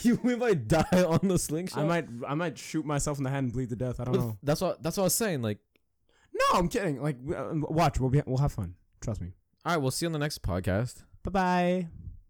[SPEAKER 1] you we might die on the slingshot.
[SPEAKER 2] I might, I might shoot myself in the head and bleed to death. I don't know.
[SPEAKER 1] That's what that's what I was saying. Like,
[SPEAKER 2] No, I'm um, kidding. Like, w- uh, watch. We'll be, we'll have fun. Trust me.
[SPEAKER 1] all right, we'll see you on the next podcast.
[SPEAKER 2] Bye bye.